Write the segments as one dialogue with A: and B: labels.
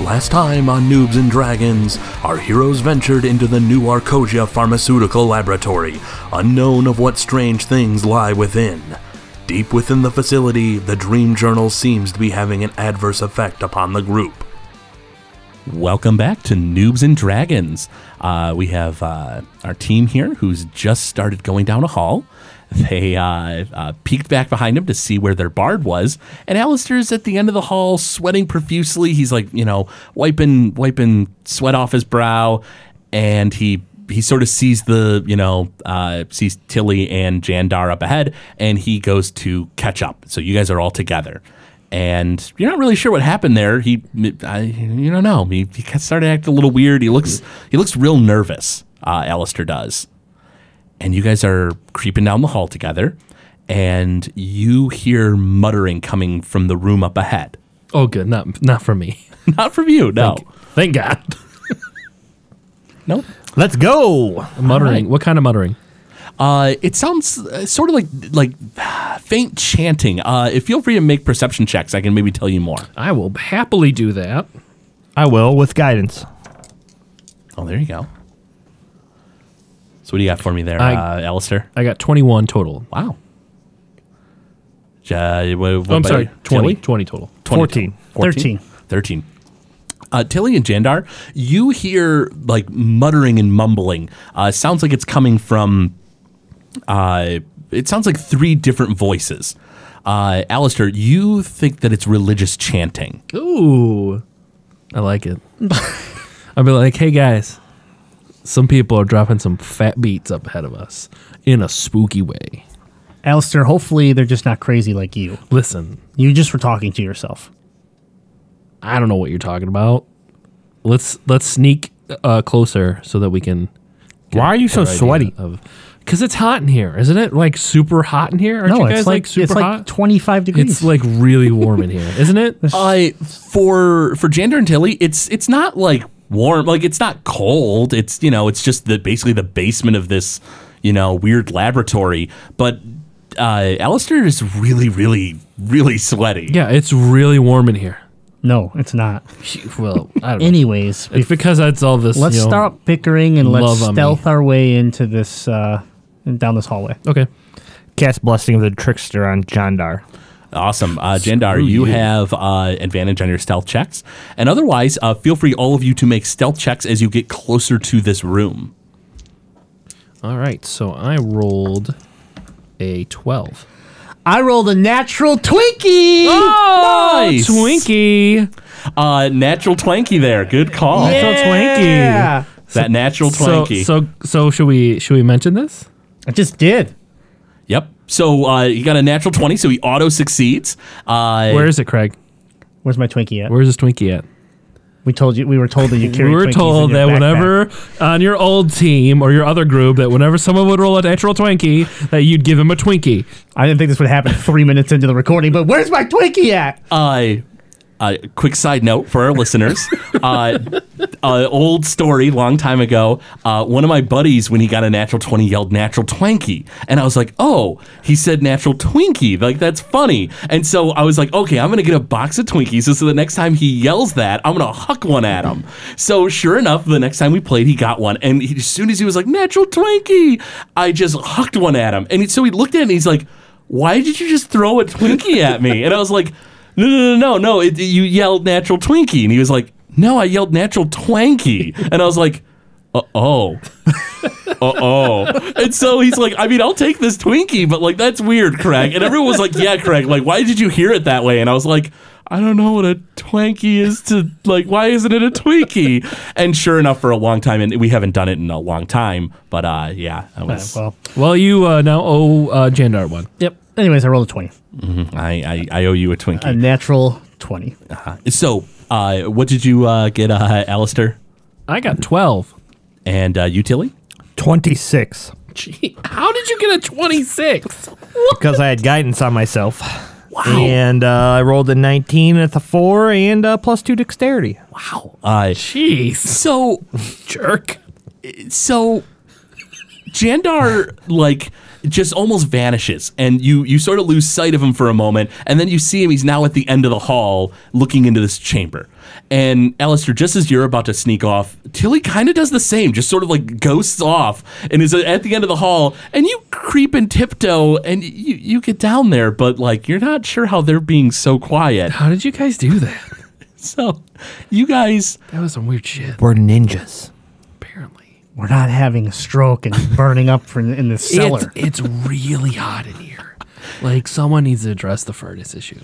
A: Last time on Noobs and Dragons, our heroes ventured into the new Arcosia pharmaceutical laboratory, unknown of what strange things lie within. Deep within the facility, the Dream Journal seems to be having an adverse effect upon the group.
B: Welcome back to Noobs and Dragons. Uh, we have uh, our team here who's just started going down a hall. They uh, uh, peeked back behind him to see where their bard was, and Alistair's at the end of the hall, sweating profusely. He's like, you know, wiping wiping sweat off his brow, and he he sort of sees the you know uh, sees Tilly and Jandar up ahead, and he goes to catch up. So you guys are all together, and you're not really sure what happened there. He, I, you don't know. He, he started acting a little weird. He looks he looks real nervous. Uh, Alistair does, and you guys are creeping down the hall together, and you hear muttering coming from the room up ahead.
C: Oh, good. Not not for me.
B: Not from you, no,
C: Thank God.
B: no.
D: Let's go.
C: muttering. What kind of muttering?
B: Uh, it sounds uh, sort of like like faint chanting. Uh, if feel free to make perception checks, I can maybe tell you more.
C: I will happily do that.
D: I will with guidance.
B: Oh, there you go. So what do you got for me there,
C: I-
B: uh, Alistair?
C: I got 21 total.
B: Wow. Ja- wha- what
C: Oh, I'm
B: about
C: sorry.
B: you?
C: 20.
B: Tilly?
C: 20 total.
D: 14.
B: 14?
E: 13.
B: 13. Uh, Tilly and Jandar, you hear like muttering and mumbling. Uh, sounds like it's coming from. Uh, it sounds like three different voices. Uh, Alistair, you think that it's religious chanting.
C: Ooh. I like it. I'll be like, hey guys, some people are dropping some fat beats up ahead of us in a spooky way.
E: Alistair, hopefully they're just not crazy like you.
C: Listen,
E: You just were talking to yourself.
C: I don't know what you're talking about. Let's let's sneak uh, closer so that we can.
D: Why are you so sweaty?
C: Because it's hot in here, isn't it? Like super hot in here. Aren't
E: no,
C: you guys
E: it's
C: like,
E: like,
C: super
E: it's
C: hot?
E: like 25 degrees.
C: it's like really warm in here, isn't it? Uh,
B: I for for Jander and Tilly, it's it's not like warm, like it's not cold. It's you know, it's just the basically the basement of this you know weird laboratory. But uh, Alistair is really, really, really sweaty.
C: Yeah, it's really warm in here.
E: no, it's not.
C: Well, I don't know.
E: Anyways,
C: It's because that's all this.
E: let's
C: you know-
E: stop bickering and let's
C: love on me.
E: stealth our way into this, uh, down this hallway.
C: Okay.
D: Cast blessing of the trickster on Jandar.
B: Awesome, uh, Jandar, you, have uh, advantage on your stealth checks, and otherwise, uh, feel free all of you to make stealth checks as you get closer to this room.
C: All right. So I rolled a twelve.
E: I rolled a natural Twinkie!
C: Oh!
B: nice,
C: Twinkie.
B: uh, natural twanky there. Good call.
D: Natural Twinkie.
E: Yeah.
B: That natural
C: So
B: twanky.
C: so so should we should we mention this?
E: I just did.
B: Yep. So uh, he got a natural twenty, so he auto succeeds. Uh,
C: Where is it, Craig?
E: Where's my Twinkie at?
C: Where's this Twinkie at?
E: We told you we were told that you carry.
C: we were
E: Twinkies
C: told
E: in your
C: that
E: backpack.
C: whenever on your old team or your other group that whenever someone would roll a natural Twinkie, that you'd give him a Twinkie.
E: I didn't think this would happen three minutes into the recording, but where's my Twinkie at?
B: I. Uh, quick side note for our listeners. Uh, uh, old story, long time ago. Uh, one of my buddies, when he got a natural 20, yelled natural twanky. And I was like, oh, he said natural twinkie. Like, that's funny. And so I was like, okay, I'm going to get a box of Twinkies. So, so the next time he yells that, I'm going to huck one at him. So sure enough, the next time we played, he got one. And he, as soon as he was like, natural twinkie, I just hucked one at him. And he, so he looked at it and he's like, why did you just throw a Twinkie at me? And I was like, no, no, no, no, no. It, you yelled natural Twinkie. And he was like, no, I yelled natural Twanky. And I was like, uh oh. Uh oh. And so he's like, I mean, I'll take this Twinkie, but like, that's weird, Craig. And everyone was like, yeah, Craig, like, why did you hear it that way? And I was like, I don't know what a Twinkie is to, like, why isn't it a Twinkie? And sure enough, for a long time, and we haven't done it in a long time, but uh, yeah, I was,
E: Well,
C: Well, you uh, now owe uh, Jandar one.
E: yep. Anyways, I rolled a twenty,
B: I, I, I owe you a Twinkie.
E: a natural twenty.
B: So, uh, what did you uh, get, uh, Alistair
C: I got twelve.
B: and uh, you, Tilly?
D: 26.
C: Gee, how did you get a twenty-six?
D: Because I had guidance on myself. Wow. And uh, I rolled a 19 at the 4 and uh, plus 2 dexterity.
B: Wow. Uh,
C: Jeez,
B: so,
C: jerk.
B: so Jandar like just almost vanishes, and you you sort of lose sight of him for a moment, and then you see him. He's now at the end of the hall, looking into this chamber. And Alistair, just as you're about to sneak off, Tilly kind of does the same, just sort of like ghosts off, and is at the end of the hall. And you creep and tiptoe, and you you get down there, but like you're not sure how they're being so quiet.
C: How did you guys do that?
B: So, you guys
C: That was some weird shit.
D: We're ninjas.
C: Apparently,
E: We're not having a stroke and burning up for in the cellar.
C: It's, it's really hot in here. Like someone needs to address the furnace issue.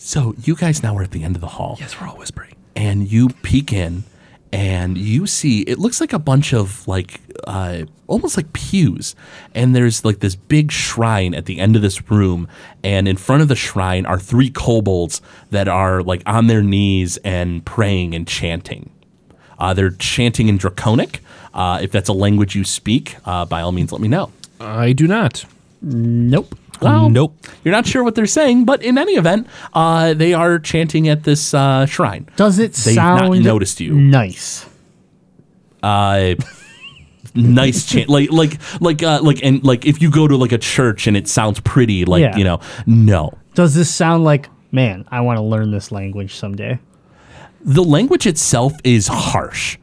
B: So you guys now are at the end of the hall,
C: Yes, we're all whispering.
B: and you peek in, and you see it looks like a bunch of like uh, almost like pews, and there's like this big shrine at the end of this room, and in front of the shrine are three kobolds that are like on their knees and praying and chanting. Uh, they're chanting in Draconic. Uh, if that's a language you speak, uh, by all means, let me know.
C: I do not.
E: nope.
B: Well,
D: Nope.
B: You're not sure what they're saying, but in any event, uh, they are chanting at this uh, shrine.
E: Does it
B: They've not
E: sound
B: noticed you.
E: Nice.
B: uh nice chant like like like uh like and like if you go to like a church and it sounds pretty like
E: Yeah.
B: you know no
E: Does this sound like man? I want to learn this language someday.
B: the language itself is harsh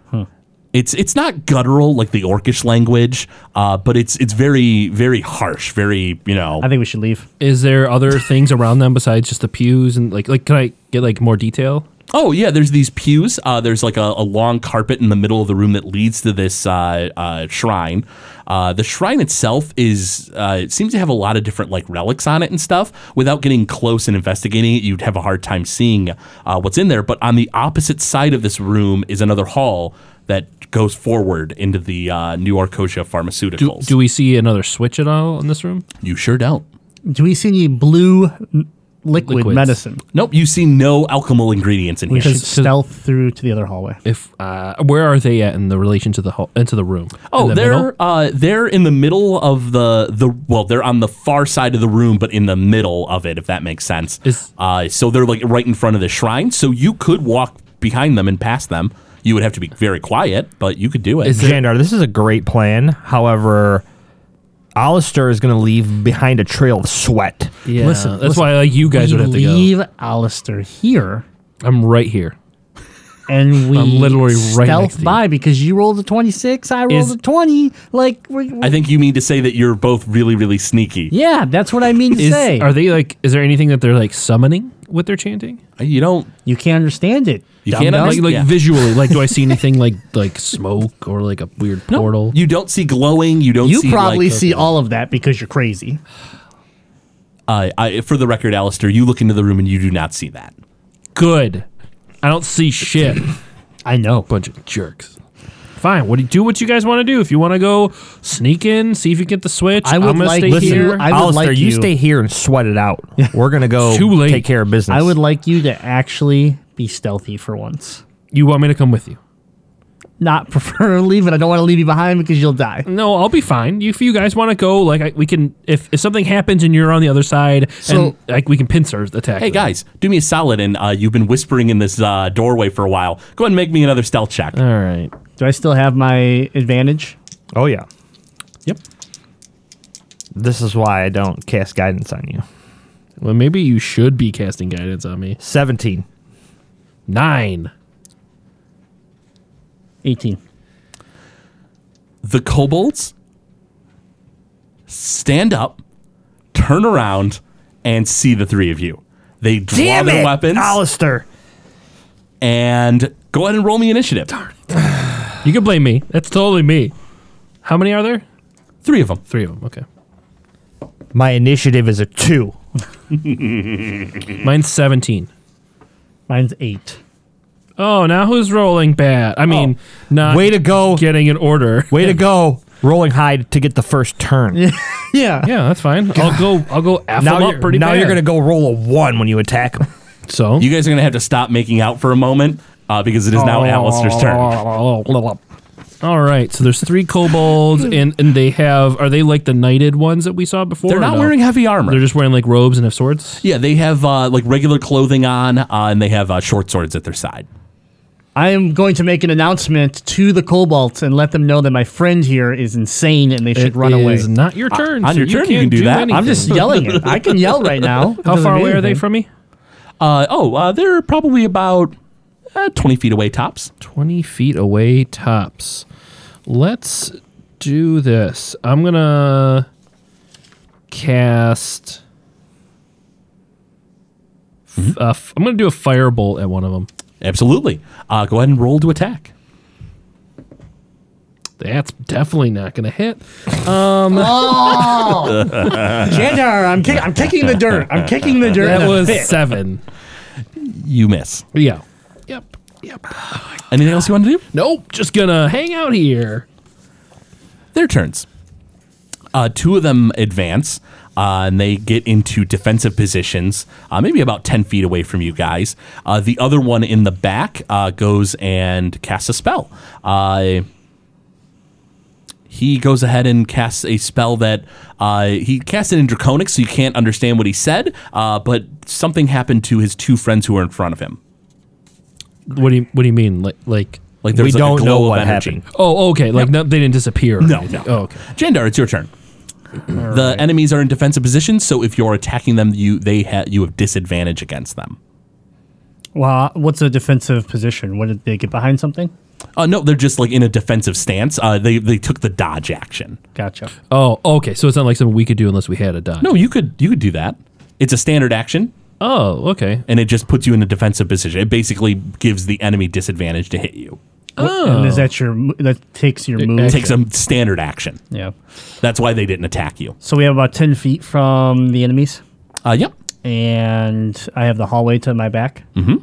B: it's it's not guttural like the orcish language uh but it's it's very very harsh very you know
E: I think we should leave.
C: Is there other things around them besides just the pews and like like can I get like more detail?
B: Oh yeah, there's these pews. Uh, there's like a, a long carpet in the middle of the room that leads to this uh, uh, shrine. Uh, the shrine itself is uh, it seems to have a lot of different like relics on it and stuff. Without getting close and investigating it, you'd have a hard time seeing uh, what's in there. But on the opposite side of this room is another hall that goes forward into the uh, New Arcosia
C: Do,
B: Pharmaceuticals.
C: do we see another switch at all in this room?
B: you sure don't.
E: Do we see any blue n- liquid
C: Liquids.
E: medicine?
B: Nope, you see no alchemical ingredients in
E: We
B: here.
E: should stealth through to the other hallway.
C: If uh, where are they at in the relation to the ho- into the room?
B: Oh,
C: In the
B: they're
C: middle?
B: uh, they're in the middle of the the well, they're on the far side of the room, but in the middle of it, if that makes sense.
C: Is-
B: uh, so they're like right in front of the shrine, so you could walk behind them and past them. You would have to be very quiet, but you could do it.
C: Is it-
D: Jandar, this is a great plan. However, Alistair is going to leave behind a trail of sweat.
C: yeah.
E: Listen,
C: that's
E: listen.
C: why like you guys
E: we
C: would have to go.
E: leave Alistair here,
C: I'm right here.
E: and we
C: literally
E: stealth
C: right next to you.
E: by because you rolled a twenty-six, I rolled
C: Is-
E: a twenty. Like, we we-
B: I think you mean to say that you're both really, really sneaky.
E: yeah, that's what I mean to
C: Is,
E: say.
C: are they like? Is there anything that they're like summoning with their chanting?
B: You don't.
E: you can't understand it.
B: You
E: dumb
B: can't
E: dumb.
C: Like, like
B: Yeah.
C: visually, like do I see anything like like smoke or like a weird portal?
B: You don't see glowing. You don't.
E: You
B: see
E: probably
B: like,
E: see all of that because you're crazy.
B: Uh, I, for the record, Alistair, you look into the room and you do not see that.
C: Good. I don't see shit.
E: I know.
C: bunch of jerks. Fine. What do you do? What you guys want to do? If you want to go sneak in, see if you get the switch.
E: I would
C: I'm gonna
E: like
C: stay
E: Listen,
C: here.
E: I would
D: Alistair,
E: like
D: you.
E: you-
D: stay here and sweat it out. We're going to go
C: Too late.
D: take care of business.
E: I would like you to actually be stealthy for once.
C: you want me to come with you?
E: Not preferably, but I don't want to leave you behind because you'll die.
C: No, I'll be fine. If you guys want to go, like I, we can. If, if something happens and you're on the other side,
E: So-
C: and like we can pincer attack.
B: Hey
C: them.
B: guys, do me a solid, and uh, you've been whispering in this uh, doorway for a while. Go ahead and make me another stealth check.
C: All right.
E: Do I still have my advantage?
D: oh, yeah.
B: Yep.
D: This is why I don't cast guidance on you.
C: Well, maybe you should be casting guidance on me.
D: 17.
C: Nine.
E: 18.
B: the kobolds stand up, turn around, and see the three of you. They draw their weapons
D: Alistair.
B: and go ahead and roll me initiative.
C: You can blame me. That's totally me. How many are there?
B: Three of them.
C: Three of them. Okay.
D: My initiative is a 2.
C: Mine's seventeen.
E: Mine's 8.
C: Oh, now who's rolling bad? I mean, not
D: Oh, Way to go.
C: getting an order.
D: Way to go. Rolling high to get the first turn.
E: Yeah.
C: Yeah, that's fine. I'll go. I'll go. F
D: now
C: them
D: you're,
C: up pretty
D: now
C: bad.
D: you're going to go roll a 1 when you attack him.
C: So
B: You guys are going to have to stop making out for a moment uh, because it is now Alistair's turn.
C: All right, so there's three kobolds, and and they have are they like the knighted ones that we saw before?
B: They're
C: or
B: not
C: no?
B: wearing heavy armor.
C: They're just wearing like robes and have swords.
B: yeah, they have uh, like regular clothing on, uh, and they have uh, short swords at their side.
E: I am going to make an announcement to the Cobalts and let them know that my friend here is insane and they should
C: It
E: run away.
C: is not your turn.
B: Uh, on
C: so
B: your turn you
C: can't
B: can do that. I'm
E: I'm
C: anything.
E: just yelling it. I can yell right now. It
C: How
E: doesn't
C: far
E: mean
C: away are they
E: anything.
C: from me?
B: Uh, oh, uh, they're probably about uh, 20 feet away tops.
C: 20 feet away tops. Let's do this. I'm going to cast.
B: Mm-hmm.
C: f- uh, f- I'm going to do a firebolt at one of them.
B: Absolutely. Uh, go ahead and roll to attack.
C: That's definitely not going to hit.
E: Jandar, I'm, kick- I'm kicking the dirt. I'm kicking the dirt.
C: That
E: in a
C: was
E: fit.
C: seven.
B: You miss.
C: Yeah. Yep. Yep.
B: Anything else you want to do?
C: Nope. Just going to hang out here.
B: Their turns. Uh, two of them advance uh, and they get into defensive positions, uh, maybe about 10 feet away from you guys. Uh, the other one in the back uh, goes and casts a spell. Uh, he goes ahead and casts a spell that uh, he cast it in Draconic, so you can't understand what he said, uh, but something happened to his two friends who were in front of him.
C: What do you What do you mean? Like like
B: Like there's like
D: We
B: a
D: don't
B: glow
D: know
B: of
D: what
B: energy.
D: happened.
C: Oh, okay. Like no, they didn't disappear. or
B: No,
C: anything.
B: no.
C: Oh, okay.
B: Jandar, it's your turn. the enemies are in defensive positions, so if you're attacking them, you they ha- you have disadvantage against them.
E: Wow, what's a defensive position? What did they get behind something?
B: Uh, no, they're just like in a defensive stance. Uh, they they took the dodge action.
E: Gotcha.
C: Oh, okay. So it's not like something we could do unless we had a die.
B: No, you could you could do that. It's a standard action,
C: Oh, okay.
B: and it just puts you in a defensive position. It basically gives the enemy disadvantage to hit you.
E: And is that your mo- that takes your move?
B: Oh. It takes a standard action.
E: yeah.
B: That's why they didn't attack you.
E: So we have about ten feet from the enemies,
B: Uh, yep.
E: and I have the hallway to my back. Mm-hmm.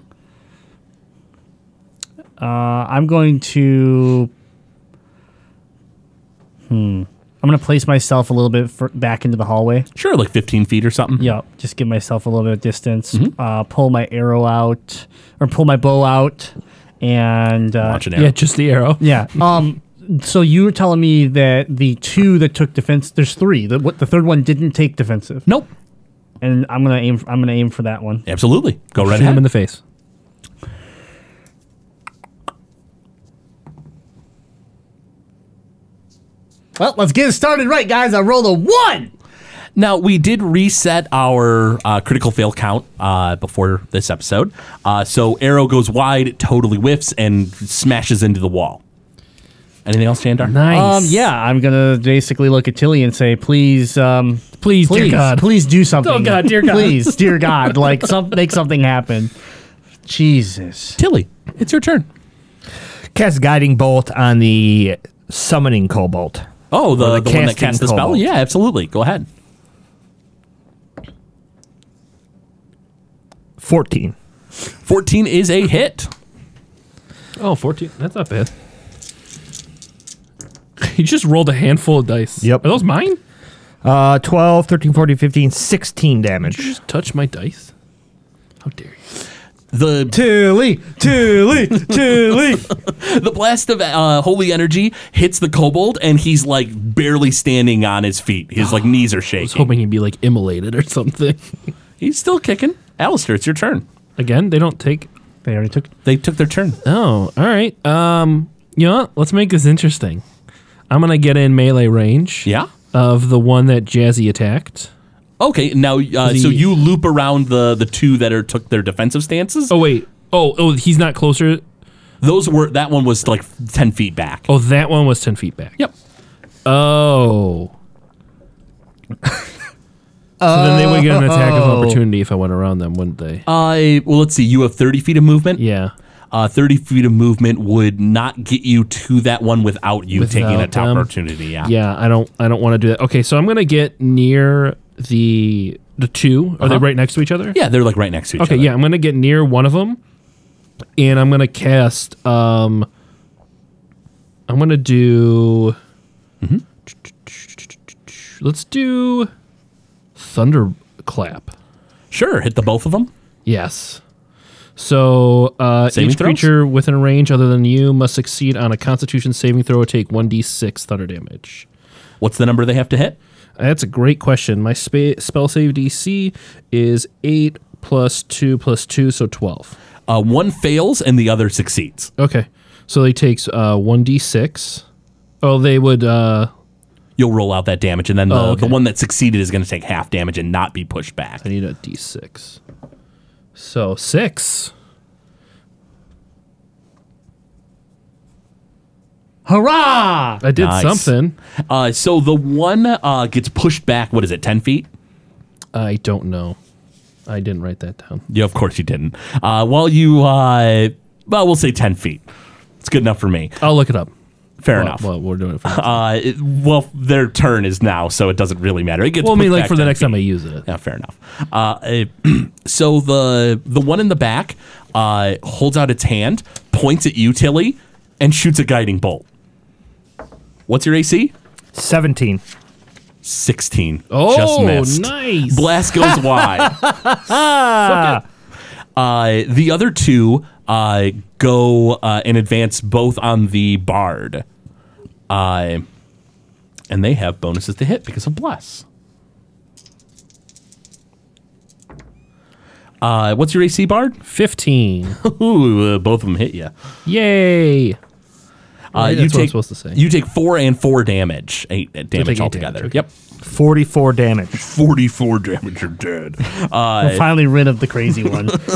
E: Uh, I'm going to. Hmm. I'm going to place myself a little bit fur back into the hallway.
B: Sure, like 15 feet or something.
E: Yeah, just give myself a little bit of distance.
B: Mm-hmm.
E: Uh, pull my arrow out, or pull my bow out, and uh,
B: Launch an
C: Yeah,
B: arrow.
C: just the arrow.
E: yeah. Um. So you were telling me that the two that took defense, there's three. The what? The third one didn't take defensive,
B: Nope.
E: and I'm gonna aim. I'm gonna aim for that one.
B: Absolutely. Go right
C: Shoot him
B: ahead.
C: in the face.
E: Well, let's get started, right, guys? I rolled a one.
B: Now we did reset our uh, critical fail count uh, before this episode, uh, so arrow goes wide, it totally whiffs and smashes into the wall. Anything else, Chandar?
C: Nice.
E: Um. Yeah, I'm gonna basically look at Tilly and say, please, um,
C: Please, dear
E: please,
C: God.
E: please do something.
C: Oh, God, dear God.
E: Please, dear God, like some, make something happen. Jesus.
B: Uh, Tilly, it's your turn.
D: Cast guiding bolt on the summoning cobalt.
B: Oh, the,
D: Or the
B: the, one that
D: casting
B: cast the spell.
D: kobold.
B: Yeah, absolutely. Go ahead.
D: Fourteen.
B: Fourteen is a hit.
C: Oh, 14. That's not bad. He just rolled a handful of dice.
D: Yep.
C: Are those mine?
D: Uh, 12, 13, 14, 15, 16
C: Did you
D: damage.
C: just touch my dice? How dare you?
B: The
D: Tilly, Tilly, Tilly.
B: the blast of uh, holy energy hits the kobold, and he's like barely standing on his feet. His like knees are
C: I was
B: shaking.
C: hoping he'd be like immolated or something.
B: He's still kicking. Alistair, it's your turn.
C: Again, they don't take.
E: They already took.
B: They took their turn.
C: Oh, all right. Um, you know what? Let's make this interesting. I'm going to get in melee range
B: Yeah.
C: of the one that Jazzy attacked.
B: Okay, now uh, so
C: The-
B: you loop around the the two that are took their defensive stances.
C: Oh, wait. Oh, oh, he's not closer.
B: Those were that one was like ten feet back.
C: Oh, that one was 10 feet back.
B: Yep.
C: Oh. so then they would get an attack of opportunity if I went around them, wouldn't they?
B: I well, let's see. You have thirty feet of movement.
C: yeah.
B: Uh, thirty feet of movement would not get you to that one without you taking
C: Without
B: a top
C: them.
B: opportunity. Yeah.
C: Yeah, I don't I don't want to do that. Okay, so I'm going to get near the the 2 Are they right next to each other?
B: Yeah, they're like right next to each
C: Okay,
B: other.
C: yeah, I'm going to get near one of them and I'm going to cast um I'm going to do
B: Mm-hmm.
C: Let's do thunderclap.
B: Sure. Hit the both of them.
C: Yes. So uh,
B: Saving
C: each
B: throws?
C: creature within range other than you must succeed on a Constitution saving throw or take one d6 thunder damage.
B: What's the number they have to hit?
C: That's a great question. My spa- spell save DC is eight plus two plus two, so twelve.
B: Uh, one fails and the other succeeds.
C: Okay. So they takes uh one d six. Oh, they would. uh
B: You'll roll out that damage, and then the,
C: Oh, okay.
B: the one that succeeded is going to take half damage and not be pushed back.
C: I need a d six. So six.
E: Hurrah!
C: I did
B: Nice.
C: something.
B: Uh, so the one uh, gets pushed back. What is it? Ten feet?
C: I don't know. I didn't write that down.
B: Yeah, of course you didn't. Uh, while you, uh, well, we'll say ten feet. It's good enough for me.
C: I'll look it up.
B: Fair
C: Well,
B: enough.
C: well, we're doing it for.
B: Uh, it- well, their turn is now, so it doesn't really matter. It gets
C: well, I mean,
B: pushed
C: like
B: back
C: for the
B: 10
C: next time I
B: feet.
C: use it.
B: Yeah, fair enough. Uh, eh, so the the one in the back uh, holds out its hand, points at you, Tilly, and shoots a guiding bolt. What's your AC?
D: 17.
B: Sixteen.
C: Oh,
B: just missed.
C: nice.
B: Blast goes wide. Uh, the other two uh, go uh, and advance both on the bard. Uh, and they have bonuses to hit because of bless. Uh, what's your AC, bard?
C: Fifteen.
B: Ooh, uh, both of them hit you.
C: Yay.
B: Uh,
C: Right,
B: you
C: that's
B: take
C: what I'm supposed to say.
B: you take four and four damage, eight uh, damage
C: eight
B: altogether.
C: damage, okay.
B: Yep,
D: 44 damage.
B: forty four damage. You're dead. Uh,
E: We're finally rid of the crazy one.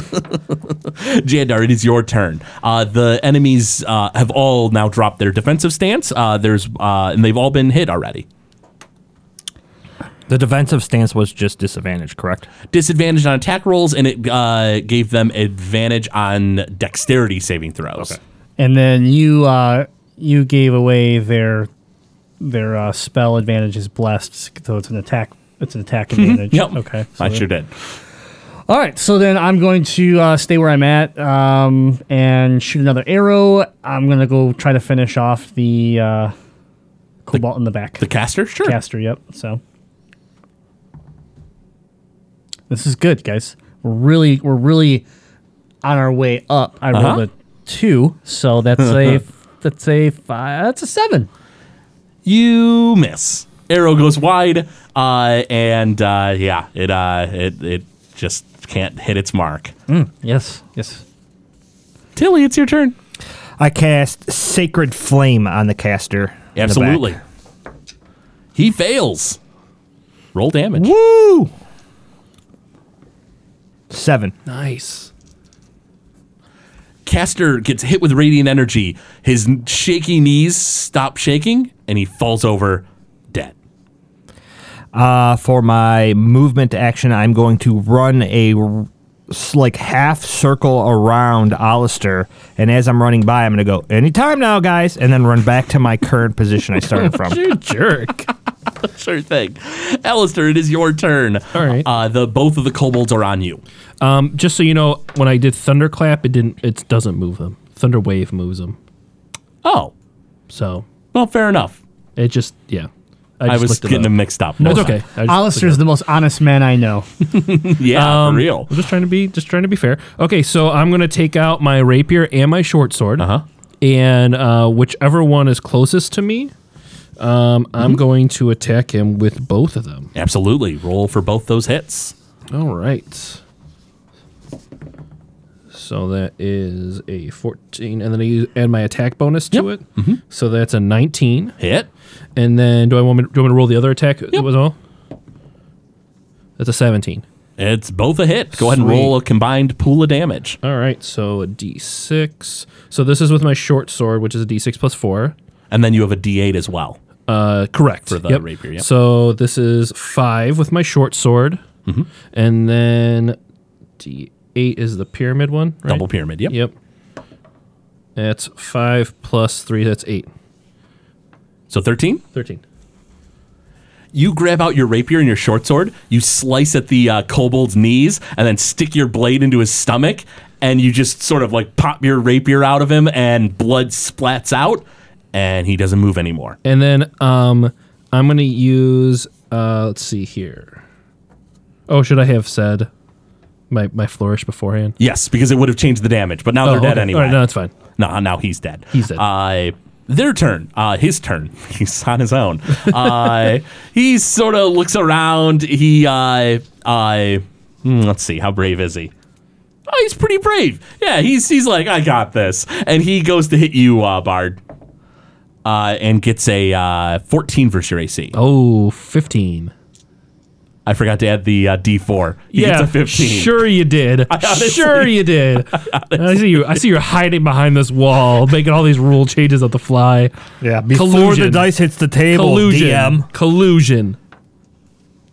B: Jandar, it is your turn. Uh, the enemies uh, have all now dropped their defensive stance. Uh, there's uh, and they've all been hit already.
D: The defensive stance was just disadvantage, correct?
B: Disadvantage on attack rolls, and it uh, gave them advantage on dexterity saving throws.
E: and then you uh, you gave away their their uh, spell advantage is blessed, so it's an attack. It's an attack advantage.
B: Mm-hmm. Yep.
E: Okay.
B: I sure did.
E: All right, so then I'm going to uh, stay where I'm at um, and shoot another arrow. I'm going to go try to finish off the uh, cobalt in the back.
B: The caster, sure.
E: caster, yep. So this is good, guys. We're really we're really on our way up. I
B: Uh-huh.
E: rolled a 2, so that's a that's a 5. That's a 7.
B: You miss. Arrow goes wide, uh, and uh, yeah, it uh, it it just can't hit its mark.
E: Yes. Yes.
B: Tilly, it's your turn.
D: I cast Sacred Flame on the caster. in the
B: Absolutely.
D: back.
B: He fails. Roll damage.
D: Woo! Seven.
C: Nice.
B: Caster gets hit with radiant energy. His n- shaky knees stop shaking, and he falls over dead.
D: Uh, for my movement action, I'm going to run a r- s- like half circle around Alistair, and as I'm running by, I'm going to go anytime now, guys, and then run back to my current position I started from.
C: You jerk.
B: Sure thing. Alistair, it is your turn. All
C: right.
B: Uh, the both of the kobolds are on you.
C: Um, just so you know, when I did thunderclap, it didn't. It doesn't move them. Thunder wave moves them.
B: Oh,
C: So
B: well, fair enough.
C: it just yeah.
B: I,
C: just
B: was
C: looked it
B: getting
C: up.
B: them mixed up.
C: No, it's
B: Hold
C: okay. I just
E: Alistair's the most honest man I know.
B: on. Yeah,
C: Um,
B: for real.
C: I'm just trying to be just trying to be fair. Okay, so I'm gonna take out my rapier and my short sword,
B: Uh huh.
C: and uh, whichever one is closest to me, um,
B: Mm-hmm.
C: I'm going to attack him with both of them.
B: Absolutely. Roll for both those hits.
C: All right. So that is a 14, and then I use, add my attack bonus to it.
B: Mm-hmm.
C: So that's a 19,
B: Hit.
C: and then do I want me, do I want me to roll the other attack? That was all. That's a 17.
B: It's both a hit. Go ahead and
C: Sweet.
B: roll a combined pool of damage.
C: All right, so a d6. So this is with my short sword, which is a d6 plus 4.
B: And then you have a D8 as well.
C: Uh, correct.
B: the rapier, yep.
C: So this is 5 with my short sword.
B: Mm-hmm.
C: And then d8 is the pyramid one, right?
B: Double pyramid. Yep.
C: Yep. That's 5 plus 3, that's 8.
B: So 13.
C: 13.
B: You grab out your rapier and your short sword. You slice at the uh, kobold's knees and then stick your blade into his stomach. And you just sort of like pop your rapier out of him, and blood splats out, and he doesn't move anymore.
C: And then um I'm going to use uh let's see here. Oh, should I have said my my flourish beforehand?
B: Yes, because it would have changed the damage, but now
C: Oh,
B: they're dead
C: okay.
B: anyway.
C: All right, no, that's fine.
B: No, now he's dead.
C: He's dead.
B: Uh, their turn. Uh, his turn. He's on his own. Uh, he sort of looks around. He, uh, uh, hmm, let's see, how brave is he? Oh, he's pretty brave. Yeah, he's he's like, I got this, and he goes to hit you, uh, Bard, uh, and gets a uh, 14 versus your AC.
C: Oh, 15.
B: I forgot to add the uh, D4. He gets a 15.
C: sure you did.
B: honestly-
C: sure you did. I see you. I see you hiding behind this wall, making all these rule changes on the fly.
E: Yeah,
D: Before the
C: Collusion.
D: dice hits the table,
C: Collusion.
D: DM.
C: Collusion.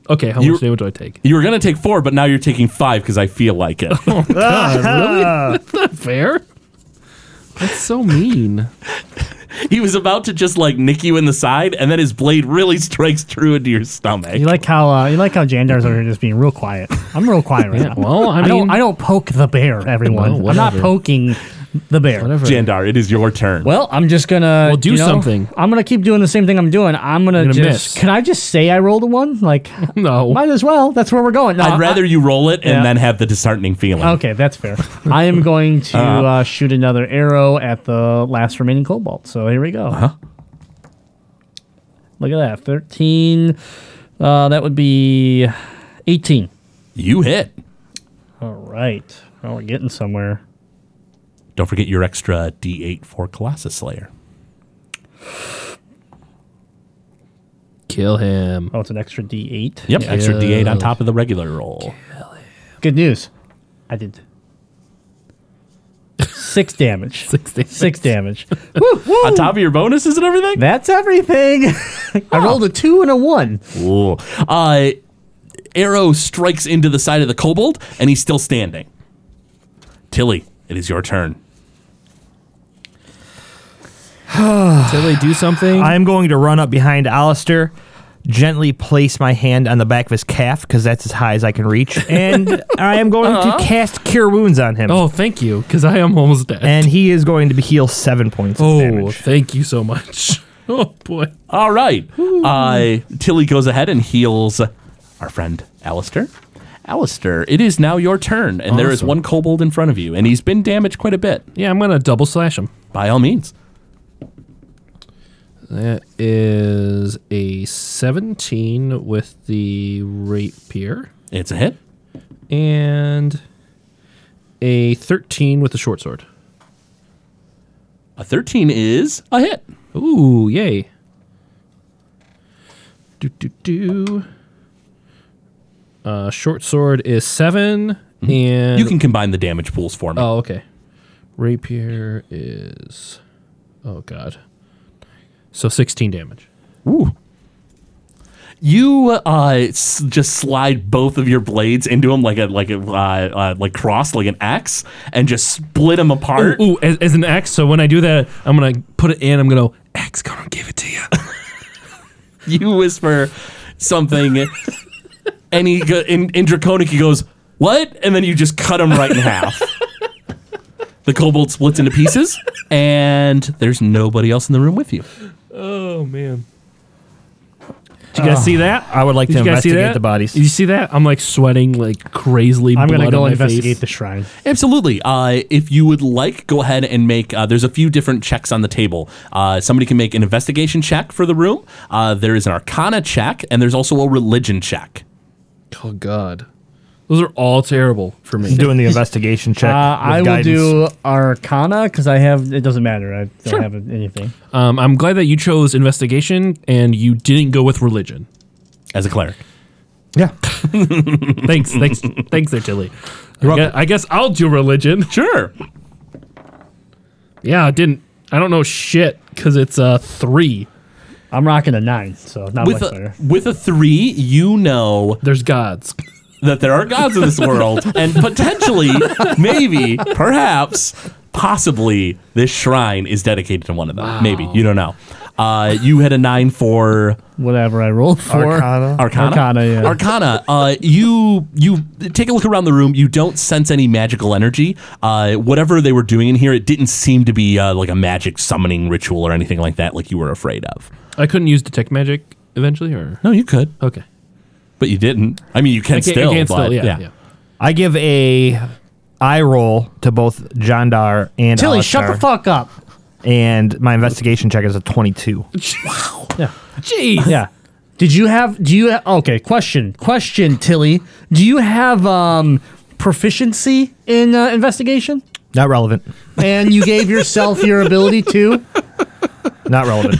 C: Okay, how
B: You-
C: much damage do I take?
B: You were gonna take four, but now you're taking five because I feel like it.
C: Fair. That's so mean.
B: he was about to just like nick you in the side, and then his blade really strikes true into your stomach.
E: You like how uh, you like how Jandar's over here just being real quiet. I'm real quiet right now.
C: well, I
E: I don't
C: mean-
E: I don't poke the bear, everyone.
C: Well,
E: I'm not
C: whatever.
E: poking the bear.
C: Whatever.
B: Jandar, it is your turn.
E: Well, I'm just gonna
C: Well, do
E: you know,
C: something.
E: I'm gonna keep doing the same thing I'm doing. I'm gonna,
C: You're gonna
E: just.
C: miss.
E: Can I just say I rolled a one? Like,
C: No.
E: might as well. That's where we're going. No, Uh, I-
B: I'd rather you roll it and
E: Yeah. Oh.
B: then have the disheartening feeling.
E: Okay, that's fair. I am going to
C: Uh-huh.
E: uh, shoot another arrow at the last remaining cobalt. So here we go.
C: Uh-huh.
E: Look at that. 13. Uh, that would be 18.
B: You hit.
E: All right. Well, we're getting somewhere.
B: Don't forget your extra D8 for Colossus Slayer.
C: Kill him.
E: Oh, it's an extra D8.
B: Yep, extra D8 on
C: Yes.
B: top of the regular roll.
E: Good news. I did. Six damage.
C: Six damage.
E: Six damage.
B: On top of your bonuses and everything?
E: That's everything. I rolled a two and a one.
B: Ooh. Uh, arrow strikes into the side of the kobold, and he's still standing. Tilly, it is your turn.
C: Until they do something.
D: I am going to run up behind Alistair, gently place my hand on the back of his calf because that's as high as I can reach, and I am going
C: Uh-huh.
D: to cast Cure Wounds on him.
C: oh, thank you, because I am almost dead.
D: And he is going to be healed seven points of
C: oh,
D: damage.
C: thank you so much. Oh boy.
B: All right. Uh, Tilly goes ahead and heals our friend Alistair. Alistair, it is now your turn, and there is
C: Awesome.
B: one kobold in front of you, and he's been damaged quite a bit.
C: Yeah, I'm gonna double slash him.
B: By all means.
C: That is a 17 with the rapier
B: It's a hit.
C: and a 13 with the short sword.
B: A 13 is a hit.
C: Ooh, yay. Do, do, do. Uh, short sword is 7 and.
B: Mm-hmm. You can combine the damage pools for me.
C: Oh, okay. Rapier is. Oh, God. So 16 damage.
B: Ooh. You uh, s- just slide both of your blades into him like a like a uh, uh, like cross like an axe and just split them apart.
C: Ooh, ooh, as, as an X. So when I do that, I'm gonna put it in. I'm gonna go, X gonna give it to you.
B: You whisper something, and he go, in, in draconic he goes what? And then you just cut him right in half. the kobold splits into pieces, and there's nobody else in the room with you.
C: Oh man,
D: Did you guys see that? I would like
C: did
D: to
C: you guys see
D: investigate
C: that?
D: the bodies.
C: Did you see that? I'm like sweating like crazily.
E: I'm gonna
C: blood
E: go
C: on my
E: investigate
C: face.
E: the shrine.
B: Absolutely. Uh, if you would like, go ahead and make. Uh, there's a few different checks on the table. Uh, somebody can make an investigation check for the room. Uh, there is an Arcana check, and there's also a religion check.
C: Oh god, those are all terrible for me.
D: Doing the investigation check.
E: Uh, I
D: with
E: will
D: guidance.
E: do Arcana because I have. It doesn't matter. I don't have anything.
C: Um, I'm glad that you chose investigation and you didn't go with religion.
B: As a cleric,
D: Yeah.
C: Thanks, thanks, thanks, there, Tilly. I
D: You're
C: guess,
D: welcome.
C: I guess I'll do religion.
B: sure.
C: Yeah, I didn't. I don't know shit because it's uh three.
E: I'm rocking a nine, so not
B: With
E: much
B: a,
E: better.
B: with a three, you know
C: There's gods.
B: that there are gods in this world, and potentially, maybe, perhaps, possibly, this shrine is dedicated to one of them. Maybe you don't know. Uh, you had a nine for
E: Whatever I rolled for.
D: Arcana.
B: Arcana.
E: Arcana, yeah.
B: Arcana. Uh, you you take a look around the room. You don't sense any magical energy. Uh, whatever they were doing in here, it didn't seem to be uh, like a magic summoning ritual or anything like that, like you were afraid of.
C: I couldn't use detect magic eventually, or
B: No, you could,
C: okay.
B: but you didn't. I mean, you can
C: I can't,
B: still.
C: I can't
B: but,
C: still. Yeah,
B: yeah.
C: yeah.
D: I give a eye roll to both Jandar and
E: Tilly,
D: Alistar,
E: shut the fuck up.
D: And my investigation check is a 22.
E: Yeah.
C: Jeez.
E: Yeah. Did you have? Do you? Ha- okay. Question. Question. Tilly, do you have um proficiency in uh, investigation,
D: Not relevant.
E: and you gave yourself your ability to.
D: Not relevant.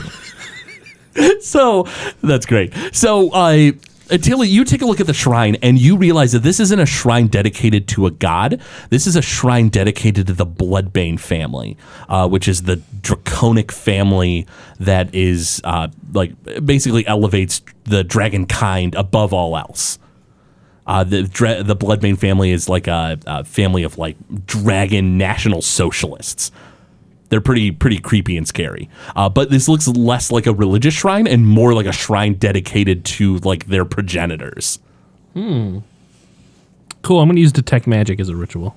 B: So that's great. So uh, Attila, you take a look at the shrine and you realize that this isn't a shrine dedicated to a god. This is a shrine dedicated to the Bloodbane family, uh, which is the draconic family that is uh, like basically elevates the dragon kind above all else. Uh, the dra- the Bloodbane family is like a, a family of like dragon national socialists. They're pretty pretty creepy and scary. Uh, but this looks less like a religious shrine and more like a shrine dedicated to like their progenitors.
C: Cool. I'm gonna use detect magic as a ritual.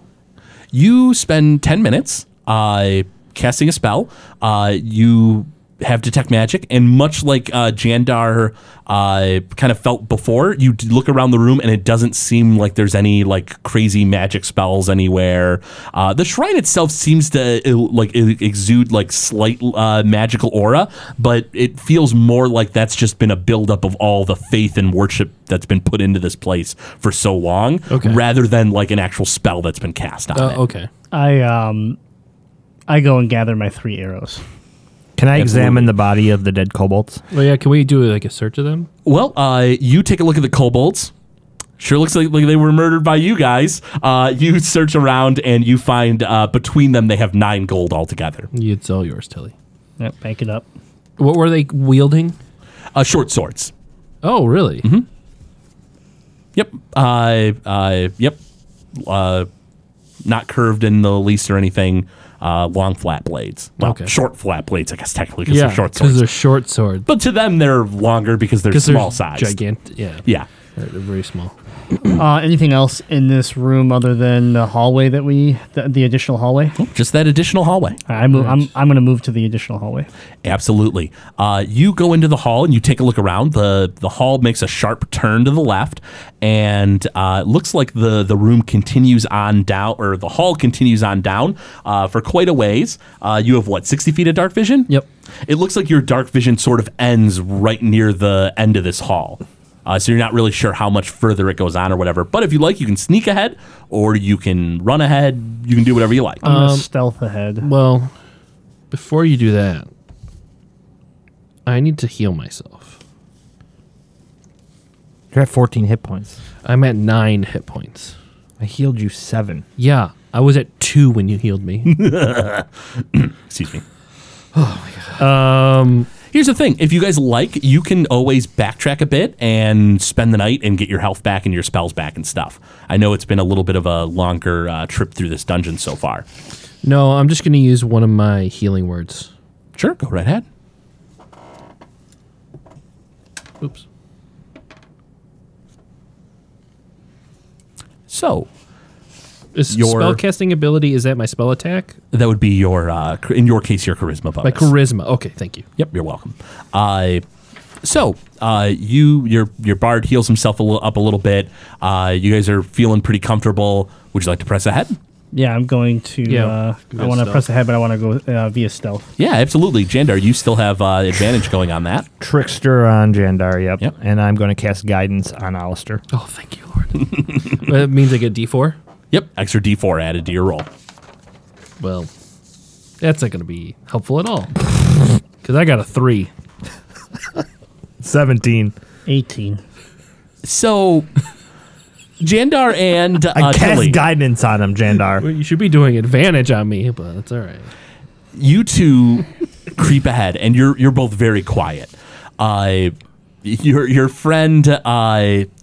B: You spend ten minutes uh, casting a spell. Uh, you have detect magic, and much like uh, Jandar uh, kind of felt before, you d- look around the room and it doesn't seem like there's any like crazy magic spells anywhere. Uh, the shrine itself seems to uh, like e- exude like slight uh, magical aura, but it feels more like that's just been a buildup of all the faith and worship that's been put into this place for so long,
C: Okay.
B: rather than like an actual spell that's been cast on
C: Uh,
B: it.
C: okay.
E: I um, I go and gather my three arrows.
D: Can I examine the body of the dead kobolds?
C: Well, yeah. Can we do like a search of them?
B: Well, uh, you take a look at the kobolds. Sure looks like, like they were murdered by you guys. Uh, you search around and you find uh, between them they have nine gold altogether.
C: It's all yours, Tilly.
E: Yep, bank it up.
C: What were they wielding?
B: Uh, short swords.
C: Oh, really?
B: Mm-hmm. Yep. Uh, uh, yep. Uh, not curved in the least or anything. Uh, long flat blades. Well,
C: Okay.
B: short flat blades, I guess technically because
C: Yeah,
B: they're short
C: because
B: swords.
C: they're short swords.
B: but to them they're longer because they're
C: Because
B: small
C: they're
B: size.
C: gigantic. Yeah,
B: Yeah.
C: They're, they're very small.
E: Uh, anything else in this room other than the hallway that we, the, the additional hallway?
B: Just that additional hallway.
E: I move, I'm I'm gonna move to the additional hallway.
B: Absolutely. Uh, you go into the hall and you take a look around. the The hall makes a sharp turn to the left, and uh, it looks like the the room continues on down, or the hall continues on down uh, for quite a ways. Uh, you have what sixty feet of dark vision?
C: Yep.
B: It looks like your dark vision sort of ends right near the end of this hall. Uh, so you're not really sure how much further it goes on or whatever. But if you like, you can sneak ahead, or you can run ahead. You can do whatever you like.
E: I'm gonna stealth ahead.
C: Well, before you do that, I need to heal myself.
D: You're at 14 hit points.
C: I'm at nine hit points.
D: I healed you seven.
C: Yeah, I was at two when you healed me.
B: Excuse me.
C: um,
B: Here's the thing: if you guys like, you can always backtrack a bit and spend the night and get your health back and your spells back and stuff. I know it's been a little bit of a longer uh, trip through this dungeon so far.
C: no, I'm just gonna use one of my healing words.
B: Sure, go right ahead.
C: Oops.
B: So
C: Is
B: Your-
C: spell casting ability is that my spell attack?
B: that would be your, uh, in your case, your charisma bonus.
C: My charisma. Okay, thank you.
B: Yep, you're welcome. Uh, so uh, you your your bard heals himself a little, up a little bit. Uh, you guys are feeling pretty comfortable. Would you like to press ahead?
E: Yeah, I'm going to.
C: Yeah,
E: uh,
C: go
E: I want to
C: stealth.
E: press ahead, but I want to go uh, via stealth.
B: Yeah, absolutely. Jandar, you still have uh, advantage going on that.
D: Trickster on Jandar, yep.
B: Yep.
D: And I'm going to cast guidance on Alistair.
C: Oh, thank you, Lord. that means I get D4.
B: Yep, extra D4 added to your roll.
C: Well, that's not gonna be helpful at all. Cause I got a three.
D: 17.
E: 18.
B: So, Jandar and uh,
D: I cast
B: Tilly,
D: guidance on him, Jandar.
C: Well, you should be doing advantage on me, but that's all right.
B: you two creep ahead, and you're you're both very quiet. Uh, your your friend uh,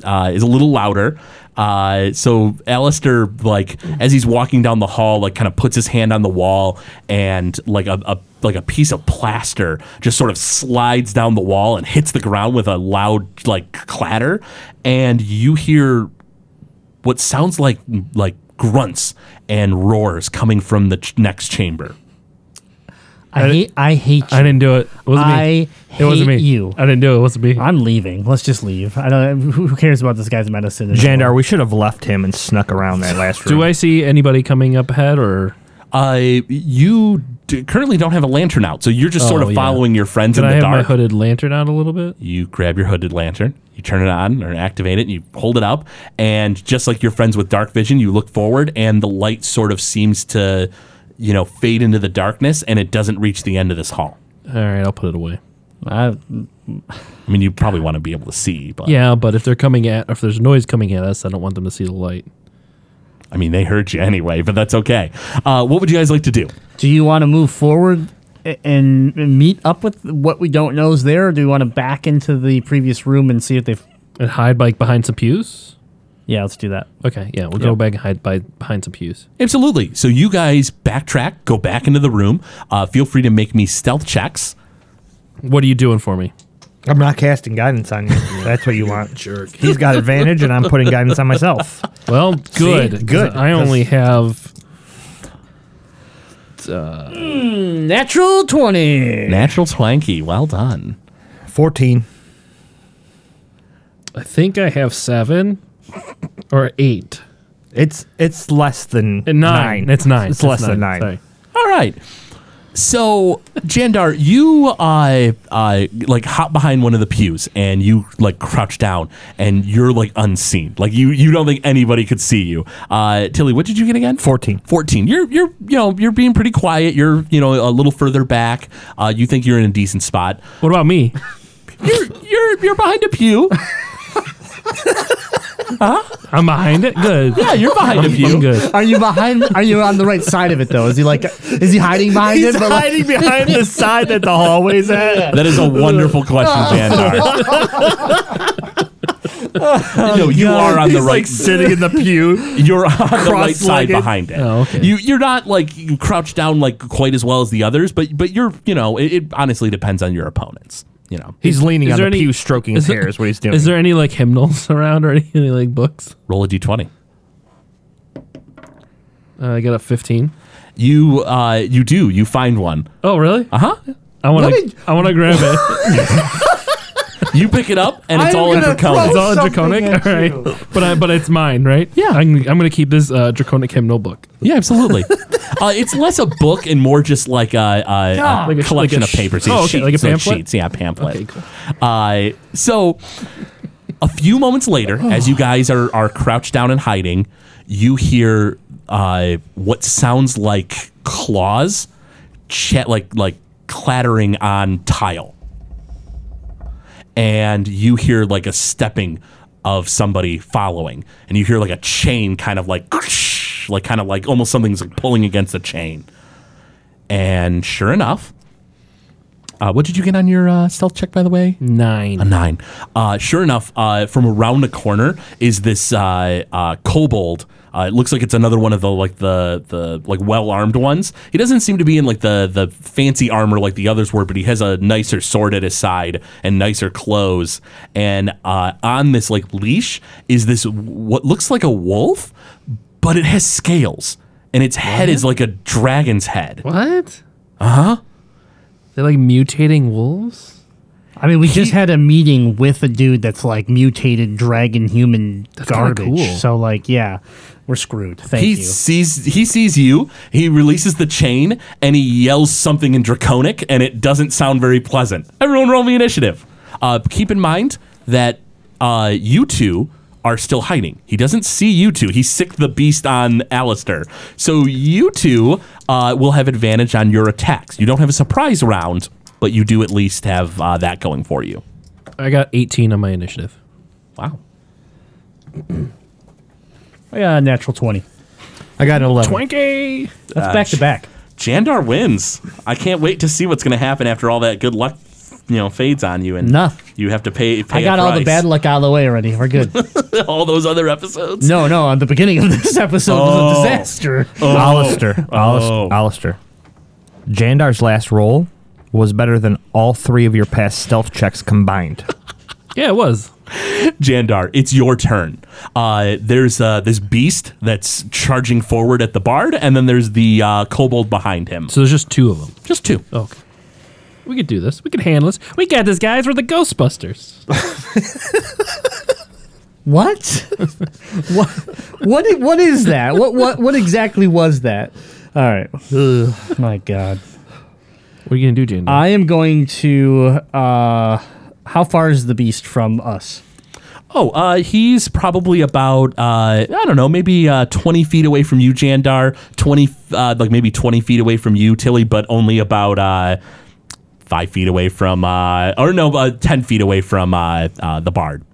B: uh, is a little louder. Uh, so Alistair, like as he's walking down the hall, like kind of puts his hand on the wall, and like a, a like a piece of plaster just sort of slides down the wall and hits the ground with a loud like clatter, and you hear what sounds like like grunts and roars coming from the ch- next chamber.
E: I hate. I hate.
C: I
E: You.
C: didn't do it. It wasn't
E: I
C: me. It wasn't me.
E: hate you.
C: I didn't do it. It wasn't me.
E: I'm leaving. Let's just leave. I don't. Who who cares about this guy's medicine? anymore?
D: Jandar, we should have left him and snuck around that last room.
C: Do I see anybody coming up ahead or
B: Uh, you d- currently don't have a lantern out, so you're just sort
C: Oh,
B: of
C: yeah.
B: following your friends
C: Can
B: in
C: I
B: the
C: have my
B: dark.
C: hooded lantern out a little bit?
B: you grab your hooded lantern, you turn it on or activate it, and you hold it up. And just like your friends with dark vision, you look forward, and the light sort of seems to, you know, fade into the darkness, and it doesn't reach the end of this hall.
C: All right, I'll put it away.
E: I,
B: I mean, you probably want to be able to see, but
C: Yeah, but if they're coming at, if there's noise coming at us, I don't want them to see the light.
B: I mean, they heard you anyway, but that's okay. Uh, what would you guys like to do?
E: do you want to move forward a- and and meet up with what we don't know is there, or do we want to back into the previous room and see if they've?
C: And hide like behind some pews.
E: Yeah, let's do that.
C: Okay, yeah, we'll go
E: Yep.
C: back and hide by, behind some pews.
B: Absolutely. So you guys backtrack, go back into the room. Uh, feel free to make me stealth checks.
C: What are you doing for me?
D: I'm not casting guidance on you. That's what you want. Jerk. He's got advantage, and I'm putting guidance on myself.
C: Well, good, 'cause
D: Good.
C: I only have
D: Hmm,
E: Natural twenty.
B: Natural twanky. Well done.
D: 14.
C: I think I have seven or eight.
D: It's it's less than
C: And nine. It's nine.
D: It's less than nine.
C: Sorry.
B: All right. So, Jandar, you uh, uh, like hop behind one of the pews and you like crouch down and you're like unseen. Like you, you don't think anybody could see you. Uh, Tilly, what did you get again?
D: 14.
B: 14 you're you're you know you're being pretty quiet you're you know a little further back uh, you think you're in a decent spot
C: What about me?
B: you're you're, you're behind a pew
C: I'm behind it. Good.
B: yeah you're behind a
C: I'm
B: pew
C: good.
E: Are you behind? Are you on the right side of it though? Is he like? Is he hiding behind
D: He's
E: it? But like,
D: hiding behind the side that the hallway's at.
B: that is a wonderful question Jandar. no you are on the
D: Oh, He's,
B: right
D: like sitting in the pew.
B: you're on the right side
D: Cross-legged.
B: behind it.
C: Oh, okay.
B: You you're not like you crouch down like quite as well as the others, but but you're you know it, it honestly depends on your opponents. You know,
D: He's leaning
C: Is
D: on the
C: there any-
D: pew, stroking his
C: there-
D: hair. Is what he's doing.
C: Is there any like hymnals around or any like books?
B: roll a d20.
C: Uh, I got a 15.
B: You uh you do you find one.
C: Oh, really?
B: Uh huh.
C: I want to. I want to grab it.
B: You pick it up and it's
E: I'm
B: all in
E: gonna
B: draconic.
C: It's all in
E: Something
C: draconic.
E: at
C: All right, but I, but it's mine, right?
B: Yeah.
C: I can, I'm gonna keep this uh, draconic hymnal book.
B: Yeah, absolutely. uh, it's less a book and more just like a, a, a
C: Like a sh-
B: collection
C: like a
B: of papers.
C: sh- oh, okay,
B: Sheets.
C: like a
B: So it's
C: pamphlet?
B: sheets, yeah, pamphlet.
C: Okay, cool.
B: uh, so, a few moments later, as you guys are, are crouched down and hiding, you hear uh, what sounds like claws, chat like like clattering on tile, and you hear like a stepping of somebody following, and you hear like a chain kind of like like kind of like almost something's like pulling against a chain, and sure enough. Uh, what did you get on your uh, stealth check, by the way? A
C: Nine.
B: nine. Uh, sure enough, uh, from around the corner is this uh, uh, kobold. Uh, it looks like it's another one of the like the the like well armed ones. He doesn't seem to be in like the the fancy armor like the others were, but he has a nicer sword at his side and nicer clothes. And uh, on this like leash is this what looks like a wolf, but it has scales, and its head is like a dragon's head.
C: What? Uh huh.
B: Uh-huh.
C: They're like mutating wolves.
E: I mean, we just had a meeting with a dude that's like mutated dragon human
C: kinda
E: garbage.
C: cool.
E: So like, yeah, we're screwed. Thank
B: he
E: you.
B: sees he sees you. He releases the chain and he yells something in draconic, and it doesn't sound very pleasant. Everyone, roll me initiative. Uh, keep in mind that uh, you two are still hiding. He doesn't see you two. He sicked the beast on Alistair. So you two uh, will have advantage on your attacks. You don't have a surprise round, but you do at least have uh, that going for you.
C: I got 18 on my initiative.
B: Wow.
E: I got a natural twenty.
D: I got an 11.
C: Twanky.
E: That's back to back.
B: Jandar wins. I can't wait to see what's going to happen after all that good luck, you know, fades on you and
E: Nah.
B: you have to pay. pay
E: I got
B: a
E: all the
B: price.
E: bad luck out of the way already. We're good.
B: all those other episodes.
E: no, no, on the beginning of this episode
B: Oh.
E: was a disaster.
D: Oh. Alistair. Alis- Alistair. Jandar's last roll was better than all three of your past stealth checks combined.
C: Yeah, it was.
B: Jandar, it's your turn. Uh, there's uh, this beast that's charging forward at the bard, and then there's the uh, kobold behind him.
C: So there's just two of them. Oh,
B: Just two.
C: Okay. We could do this. We could handle this. We got this, guys. We're the Ghostbusters.
E: What? what? What? i- What is that? What? What? What exactly was that? All right. Ugh, my God.
C: What are you gonna do, Jane?
E: I am going to. Uh, how far is the beast from us?
B: Oh, uh, he's probably about uh, I don't know, maybe uh, twenty feet away from you, Jandar. Twenty, uh, like maybe twenty feet away from you, Tilly, but only about uh, five feet away from, uh, or no, uh, ten feet away from uh, uh, the bard.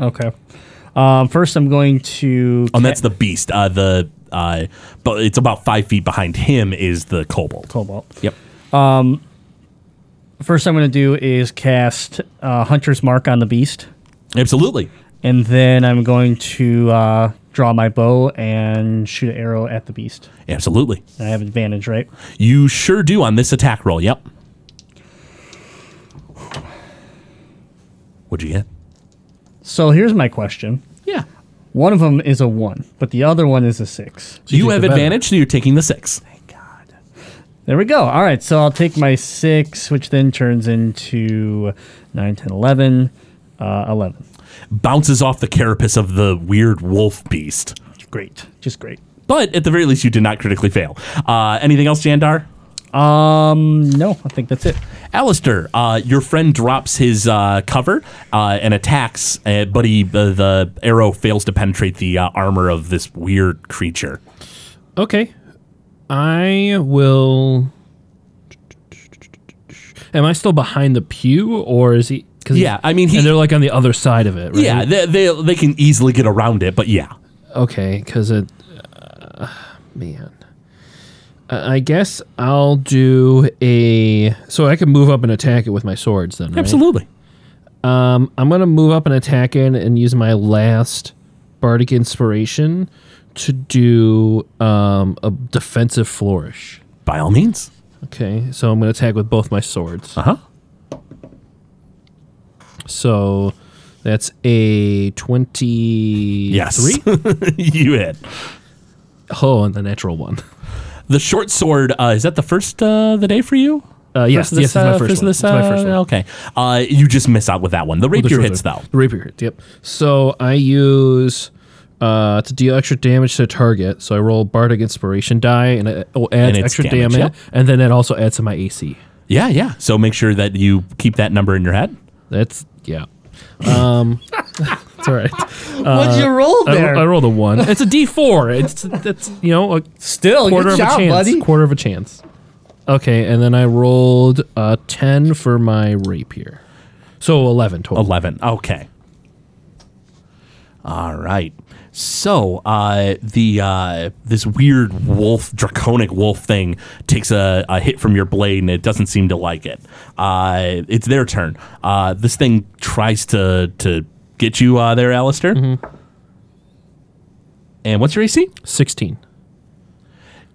E: Okay. Um, first, I'm going to.
B: Oh, and that's the beast. Uh, the uh, but it's about five feet behind him is the kobold.
E: cobalt.
B: Yep.
E: First, I'm going to do is cast uh, Hunter's Mark on the beast,
B: Absolutely.
E: and then I'm going to uh, draw my bow and shoot an arrow at the beast.
B: Absolutely.
E: And I have advantage, right?
B: You sure do on this attack roll. Yep. What'd you get?
E: So here's my question.
B: Yeah.
E: One of them is a one, but the other one is a six.
B: You
C: take
B: have
C: the better.
B: advantage, so you're taking the six.
E: There we go. All right, so I'll take my six, which then turns into nine, ten, eleven, uh, 11.
B: Bounces off the carapace of the weird wolf beast.
E: Great. Just great.
B: But at the very least, you did not critically fail. Uh, anything else, Jandar?
E: Um, no, I think that's it.
B: Alistair, uh, your friend drops his uh, cover uh, and attacks, uh, but he, uh, the arrow fails to penetrate the uh, armor of this weird creature.
C: Okay. I will. Am I still behind the pew, or is he? Cause he's-
B: Yeah, I mean, he-
C: and they're like on the other side of it, right?
B: Yeah, they, they, they can easily get around it, but yeah.
C: Okay, because it. uh, man. I I guess I'll do a. So I can move up and attack it with my swords then. Right?
B: Absolutely.
C: Um, I'm gonna move up and attack it and use my last bardic inspiration to do um, a defensive flourish.
B: By all means.
C: Okay, so I'm gonna attack with both my swords.
B: Uh huh.
C: So that's a twenty.
B: Yes. you hit.
C: Oh, and the natural one.
B: The short sword, uh, is that the first uh, the day for you?
C: Uh, yes,
B: First of this,
C: yes, that's my
B: uh,
C: first
B: first of
C: one.
B: this,
C: That's my first
B: uh,
C: one.
B: Okay. Uh, you just miss out with that one. The
C: The
B: rapier
C: short
B: hits, though.
C: sword. The rapier hits. Yep. So I use uh, to deal extra damage to target. So I roll bardic inspiration die, and it will add
B: And it's
C: extra
B: damage, yep.
C: damage, and then that also adds to my AC.
B: Yeah, yeah. So make sure that you keep that number in your head.
C: That's yeah. Um, it's all right.
D: Uh,
E: What'd you roll
C: I, I rolled a one. It's a D four. It's that's you know a
E: Still,
C: quarter
E: Oh, good
C: of
E: job,
C: a chance.
E: buddy.
C: Quarter of a chance. Okay, and then I rolled a ten for my rapier, so eleven total.
B: 11. Okay. All right. So uh, the uh, this weird wolf, draconic wolf thing takes a, a hit from your blade, and it doesn't seem to like it. Uh, it's their turn. Uh, this thing tries to to get you uh, there, Alistair. And what's your AC?
C: Sixteen.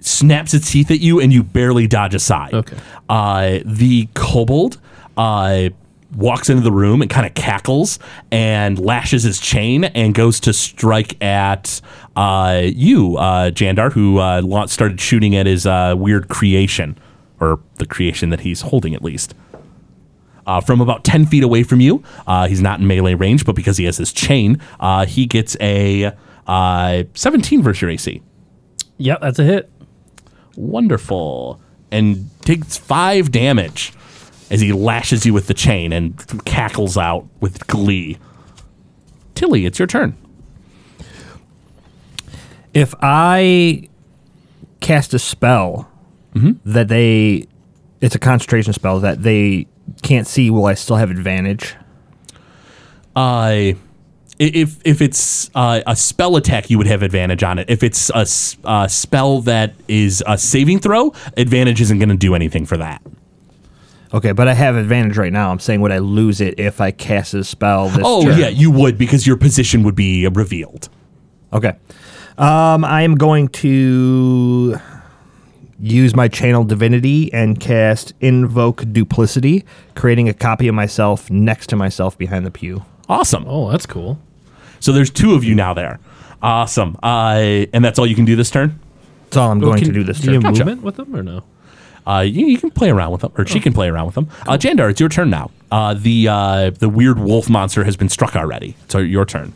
B: snaps its teeth at you and you barely dodge aside.
C: Okay.
B: Uh, the kobold uh, walks into the room and kind of cackles and lashes his chain and goes to strike at uh, you, uh, Jandar, who uh, la- started shooting at his uh, weird creation, or the creation that he's holding at least. Uh, from about 10 feet away from you, uh, he's not in melee range, but because he has his chain, uh, he gets a uh, 17 versus your AC.
E: Yep, that's a hit.
B: Wonderful. And takes five damage as he lashes you with the chain and cackles out with glee. Tilly, it's your turn.
D: If I cast a spell
C: Mm-hmm.
D: that they, it's a concentration spell that they can't see, will I still have advantage?
B: I. if if it's uh, a spell attack, you would have advantage on it. If it's a s- a spell that is a saving throw, advantage isn't going to do anything for that.
D: Okay, but I have advantage right now. I'm saying would I lose it if I cast a spell this
B: Oh
D: turn?
B: yeah, you would because your position would be revealed.
D: Okay. Um, I am going to use my channel divinity and cast invoke duplicity, creating a copy of myself next to myself behind the pew.
B: Awesome.
C: Oh, that's cool.
B: So there's two of you now there. Awesome. Uh, and that's all you can do this turn.
D: That's all I'm
C: Well,
D: going
C: can-
D: to do this
C: you
D: turn.
C: have
B: Gotcha.
C: movement with them or no?
B: Uh, you, you can play around with them, or she can play around with them. Uh, Jandar, it's your turn now. Uh, the uh, the weird wolf monster has been struck already. It's uh, your turn.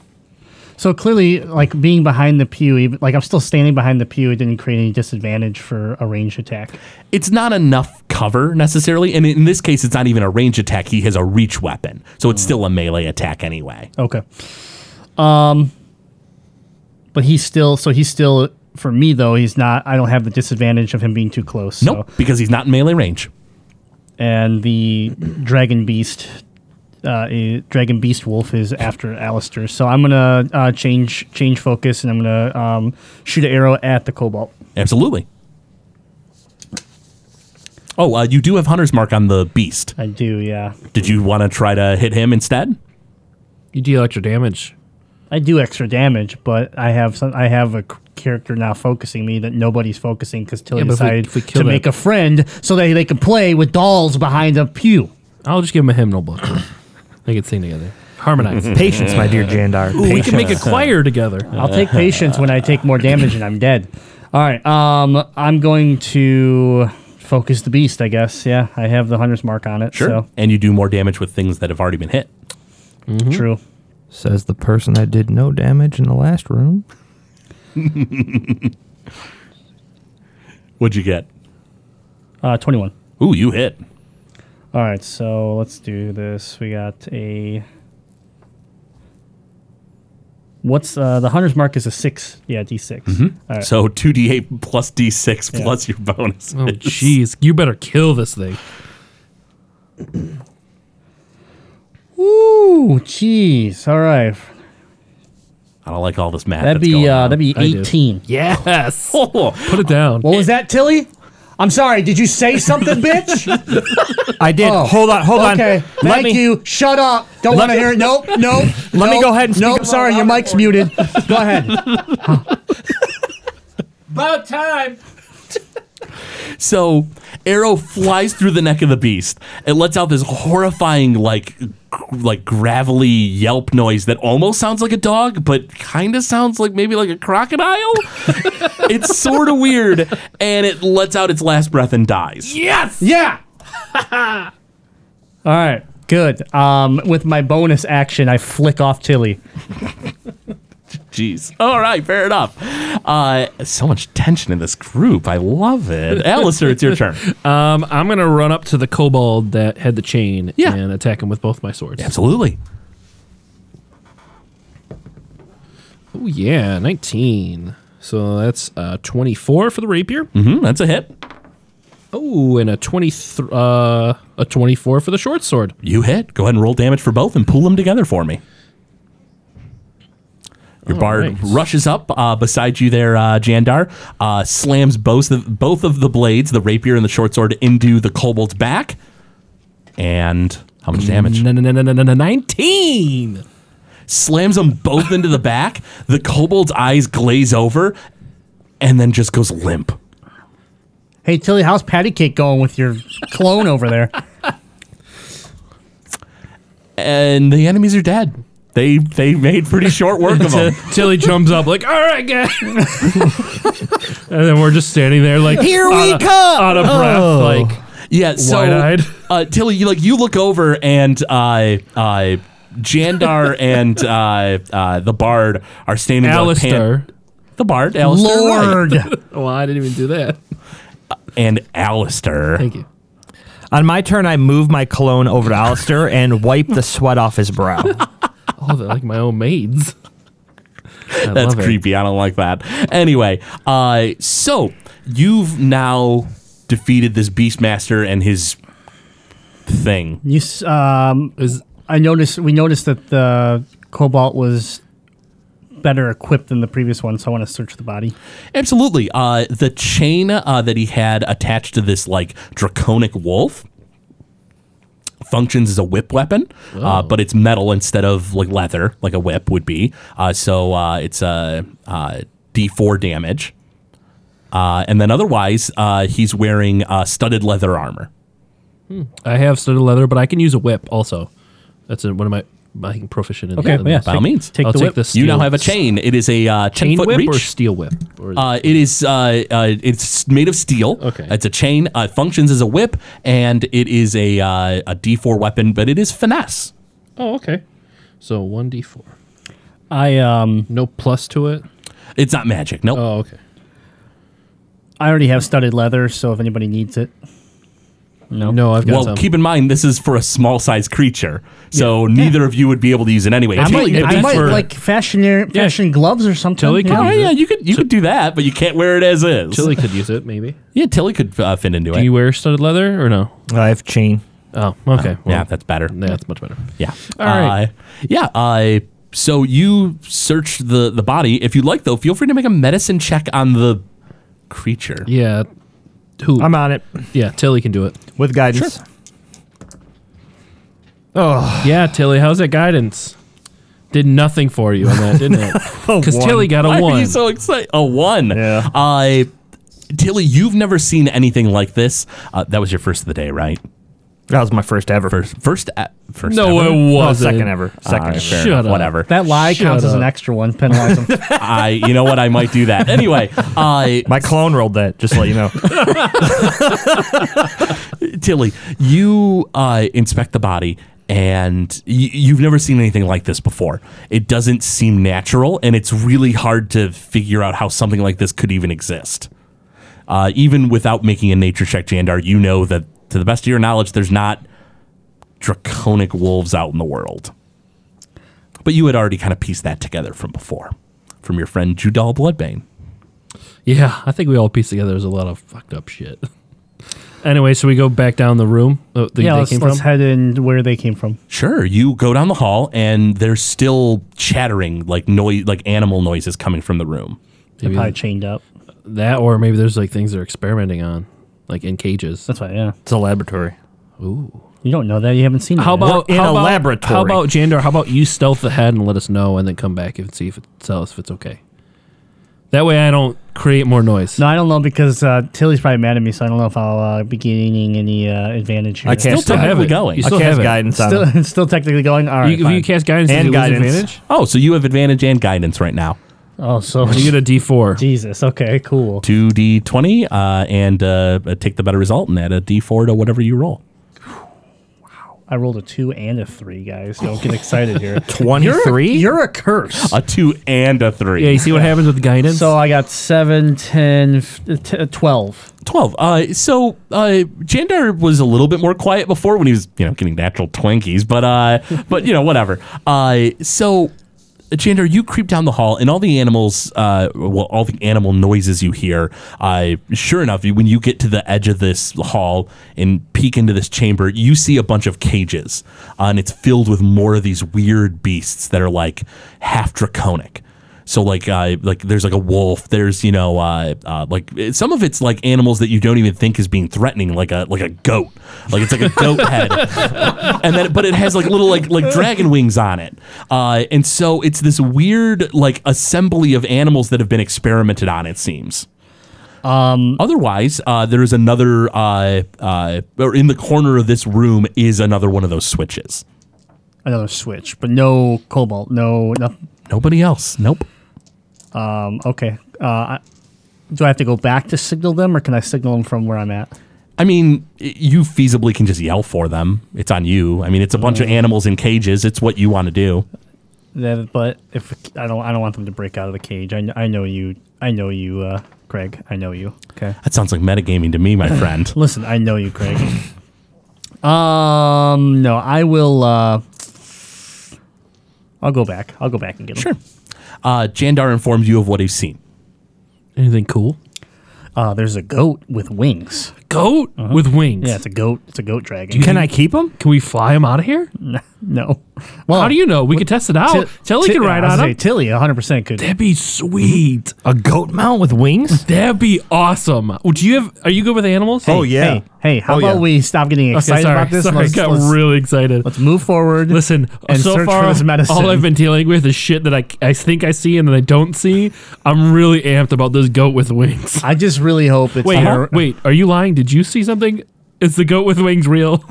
E: So clearly, like being behind the pew, even, like I'm still standing behind the pew, it didn't create any disadvantage for a ranged attack.
B: it's not enough cover necessarily. And in this case, it's not even a range attack. He has a reach weapon. So it's still a melee attack anyway.
E: Okay. Um, but he's still so he's still for me though he's not. I don't have the disadvantage of him being too close. so-
B: Nope, because he's not in melee range.
E: And the dragon beast, uh, i- dragon beast wolf is after Alistair. So I'm gonna uh, change change focus and I'm gonna um, shoot an arrow at the cobalt.
B: Absolutely. Oh, uh, you do have Hunter's Mark on the beast.
E: I do, yeah.
B: Did you want to try to hit him instead?
C: You deal extra damage.
E: I do extra damage, but I have some. I have a c- character now focusing me that nobody's focusing because Tilly
C: Yeah, but if we-
E: decided
C: if we
E: to
C: kill that-
E: make a friend so that they can play with dolls behind a pew.
C: I'll just give him a hymnal book. they can sing together, harmonize.
D: Patience, my dear Jandar.
C: we can make a choir together.
E: I'll take patience when I take more damage and I'm dead. All right, um, I'm going to focus the beast. I guess. Yeah, I have the hunter's mark on it. So
B: And you do more damage with things that have already been hit.
C: Mm-hmm.
E: true.
D: Says the person that did no damage in the last room.
B: What'd you get?
E: Uh, Twenty-one.
B: Ooh, you hit.
E: All right, so let's do this. We got a. What's uh, the hunter's mark is a six? Yeah, d 6
C: Mm-hmm.
E: All right.
B: So 2d8 plus d6
E: Yeah.
B: plus your bonus.
C: Oh jeez, you better kill this thing.
E: Ooh, jeez. All right.
B: I don't like all this math.
E: That'd
B: that's
E: be
B: going
E: uh,
B: on.
E: that'd be
C: I do.
E: 18.
C: Yes,
B: Oh,
C: put it down.
E: What was that, Tilly? I'm sorry. Did you say something, bitch?
D: I did.
E: Oh.
D: Hold on, hold on.
E: okay.
D: Let
E: Thank
D: me,
E: you. Shut up. Don't want to hear it. Nope. Nope.
D: Let me
E: nope,
D: go ahead and speak
E: Nope.
D: up
E: Sorry, your mic's muted. Go ahead.
C: About time.
B: So, arrow flies through the neck of the beast. It lets out this horrifying, like, g- like gravelly yelp noise that almost sounds like a dog, but kind of sounds like maybe like a crocodile. it's sort of weird, and it lets out its last breath and dies.
C: Yes.
E: Yeah. All right. Good. Um, with my bonus action, I flick off Tilly.
B: Jeez. All right, fair enough. Uh, so much tension in this group. I love it. Alistair, it's your turn.
C: Um, I'm gonna run up to the kobold that had the chain
B: Yeah.
C: and attack him with both my swords.
B: Absolutely.
C: Oh yeah, 19. So that's uh 24 for the rapier.
B: hmm that's a hit.
C: Oh, and a 23 uh a 24 for the short sword.
B: You hit. Go ahead and roll damage for both and pool them together for me. Your
C: All
B: bard
C: right.
B: rushes up uh, beside you there, uh, Jandar, uh, slams both of, both of the blades, the rapier and the short sword, into the kobold's back. And how much damage?
C: No, no, no, no, no, no, no, 19.
B: Slams them both into the back. The kobold's eyes glaze over and then just goes limp.
E: Hey, Tilly, how's patty cake going with your clone over there?
B: And the enemies are dead. They they made pretty short work of them.
C: Tilly jumps up like, "All right, guys." and then we're just standing there like
D: Here we
C: out of-
D: come.
C: out of breath
B: Oh.
C: like
B: Yeah, so
C: Wide-eyed.
B: uh, Tilly, you like you look over and uh, uh, Jandar and uh, uh, the Bard are standing there, like, pan-
C: Alistair.
B: the Bard, Alistair, right.
C: Oh, I didn't even do that.
B: and Alistair.
C: Thank you.
D: On my turn, I move my cologne over to Alistair and wipe the sweat off his brow.
C: Oh, they're like my own maids. I
B: That's
C: love it.
B: creepy. I don't like that. Anyway, uh, so you've now defeated this Beastmaster and his thing.
E: You, s- um,
C: Is-
E: I noticed we noticed that the cobalt was better equipped than the previous one, so I want to search the body.
B: Absolutely. Uh, the chain uh, that he had attached to this like draconic wolf functions as a whip weapon,
C: Oh.
B: uh, but it's metal instead of like leather, like a whip would be. Uh, so uh, it's a uh, D4 damage. Uh, and then otherwise, uh, he's wearing uh, studded leather armor.
C: I have studded leather, but I can use a whip also. That's a, one of my I can proficient in.
E: Okay,
C: in
E: yeah.
B: By all means,
E: Take
C: I'll
E: the
C: take
E: whip.
C: this.
B: you now have a chain. It is a uh, ten
C: chain
B: foot
C: whip
B: reach.
C: or steel whip. Or
B: Uh, it is. Uh, uh, it's made of steel.
C: Okay.
B: It's a chain. Uh, it functions as a whip, and it is a uh, a D four weapon, but it is finesse.
C: oh, okay. So one d four.
E: I um
F: No plus to it.
B: It's not magic. Nope.
F: Oh, okay.
E: I already have studded leather, so if anybody needs it, no,
F: No, I've got
B: well,
F: some.
B: keep in mind this is for a small sized creature, so neither of you would be able to use it anyway.
E: I
B: If you-
E: might,
B: if
E: I
B: you-
E: might
B: for-
E: like fashion fashion gloves or something.
C: Tilly
E: Yeah.
B: Oh,
C: could use
B: yeah,
C: it.
B: you could you could do that, but you can't wear it as is.
F: Chili could use it, maybe.
B: Yeah, Tilly could uh, fit into
C: Do
B: it.
C: you wear studded leather or no?
D: I have chain.
C: Oh, okay. Well,
B: yeah, that's better.
C: yeah, that's much better.
B: Yeah.
F: All right.
B: Uh, yeah. Uh, so you search the the body. If you like, though, feel free to make a medicine check on the creature.
C: Yeah. Who?
D: I'm on it
C: yeah, Tilly can do it.
D: with guidance.
C: Yeah, Tilly, how's that guidance? Did nothing for you on that, didn't it? Because
D: one.
C: Tilly got a
B: Why are
C: one.
B: you so excited? A one.
D: Yeah.
B: Uh, Tilly, you've never seen anything like this. Uh, that was your first of the day, right?
D: That was my first ever.
B: First, first, uh, first.
C: no,
B: ever?
C: it
D: Oh,
C: wasn't.
D: second ever.
E: Ah,
B: All
D: Second.
B: right,
D: ever.
B: fair
C: Shut
B: enough,
C: up.
B: Whatever.
E: That lie
C: Shut
E: counts as
C: up.
E: an extra one. Penalize them.
B: I, you know what? I might do that anyway. Uh,
D: My clone rolled that. Just to let you know.
B: Tilly, you uh, inspect the body and y- you've never seen anything like this before. It doesn't seem natural, and it's really hard to figure out how something like this could even exist. Uh, even without making a nature check, Jandar, you know that to the best of your knowledge, there's not draconic wolves out in the world. But you had already kind of pieced that together from before, from your friend Judal Bloodbane.
C: Yeah, I think we all pieced together. There's a lot of fucked up shit. anyway, so we go back down the room. uh, that
E: yeah,
C: they
E: let's,
C: came
E: let's
C: from?
E: head in where they came from.
B: Sure. You go down the hall, and there's still chattering, like noise, like animal noises coming from the room.
E: They're
C: Maybe
E: probably chained up.
C: that, or maybe there's like things they're experimenting on, like in cages.
E: That's why. Yeah,
D: It's a laboratory.
E: you don't know that. You haven't seen it.
C: How
E: yet.
C: about
D: We're in
C: how
D: a
C: about,
D: laboratory.
C: How about Jandar? How about you stealth ahead and let us know, and then come back and see if it tell us if it's okay. That way, I don't create more noise.
E: No, I don't know because uh, Tilly's probably mad at me, so I don't know if I'll uh, be gaining any uh, advantage here.
D: I can't
B: Still
D: Still
B: technically
C: it.
B: going.
C: You
D: I
C: still have
D: cast
C: it.
D: guidance on him.
E: Still, still technically going. All
C: You- if
E: right.
C: you
E: fine.
C: cast guidance, does
D: And
C: it lose
D: guidance.
C: advantage.
B: oh, so you have advantage and guidance right now.
E: oh, so
C: You get a D four.
E: Jesus. Okay. Cool.
B: Two d twenty, uh, and uh, take the better result and add a d four to whatever you roll.
E: I rolled a two and a three, guys. Don't get excited here.
D: 23?
E: You're a curse.
B: A two and a three.
C: Yeah, you see what happens with guidance.
E: So I got 7, 10, f- t- 12.
B: Twelve. Uh, so uh, Jandar was a little bit more quiet before when he was, you know, getting natural Twinkies, but uh, but you know, whatever. Uh, so Jandar, you creep down the hall, and all the animals, uh, well, all the animal noises you hear. Uh, sure enough, you- when you get to the edge of this hall and peek into this chamber, you see a bunch of cages, uh, and it's filled with more of these weird beasts that are like half draconic. So like uh, like there's like a wolf. There's you know uh, uh, like some of it's like animals that you don't even think is being threatening, like a like a goat. Like it's like a goat head, and then but it has like little like like dragon wings on it. Uh, and so it's this weird like assembly of animals that have been experimented on. It seems. Otherwise, uh, there is another uh, uh, or in the corner of this room is another one of those switches.
E: Another switch, but no cobalt. No, no.
B: Nobody else. Nope.
E: Um, okay. Uh, I- do I have to go back to signal them, or can I signal them from where I'm at?
B: I mean, i- you feasibly can just yell for them. It's on you. I mean, it's a bunch of animals in cages. It's what you want to do.
E: Then, but if I don't, I don't want them to break out of the cage. I, kn- I know you. I know you, uh, Craig. I know you. Okay.
B: That sounds like metagaming to me, my friend.
E: Listen, I know you, Craig. um, no, I will. Uh, I'll go back. I'll go back and get them.
B: Sure. Uh, Jandar informs you of what he's seen.
C: anything cool?
E: Uh, there's a goat with wings.
C: Goat with wings.
E: Yeah, it's a goat. It's a goat dragon.
D: Can I keep him?
C: Can we fly him out of here?
E: no. Well,
C: How do you know? We could test it out. Tilly can ride on
E: I Mm-hmm.
C: him.
E: Tilly, 100 percent could.
C: That'd be sweet.
D: A goat mount with wings?
C: That'd be awesome. Well, Do you have? Are you good with animals?
D: Oh, yeah.
E: Hey, hey, how
D: Oh,
E: about
D: yeah.
E: we stop getting
C: Okay,
E: excited
C: sorry.
E: about this? and
C: sorry, I
E: let's,
C: got
E: let's-
C: really excited.
E: let's move forward.
C: Listen, uh,
E: and
C: so
E: search
C: far,
E: for this medicine.
C: all I've been dealing with is shit that I, I think I see and that I don't see. I'm really amped about this goat with wings.
E: I just really hope it's
C: Wait,
E: not-
C: are- wait, are you lying? Did you see something? Is the goat with wings real?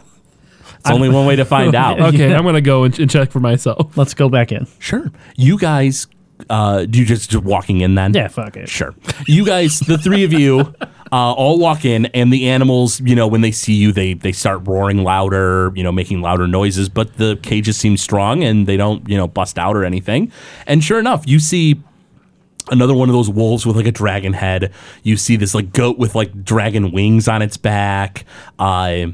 B: It's only one way to find out.
C: Okay, I'm gonna go and, and check for myself.
E: Let's go back in.
B: Sure. You guys, uh, do you just, just walking in then?
E: Yeah, fuck it.
B: Sure. You guys, the three of you, uh, all walk in, and the animals, you know, when they see you, they they start roaring louder, you know, making louder noises. But the cages seem strong, and they don't, you know, bust out or anything. And sure enough, you see another one of those wolves with like a dragon head. You see this like goat with like dragon wings on its back. Uh,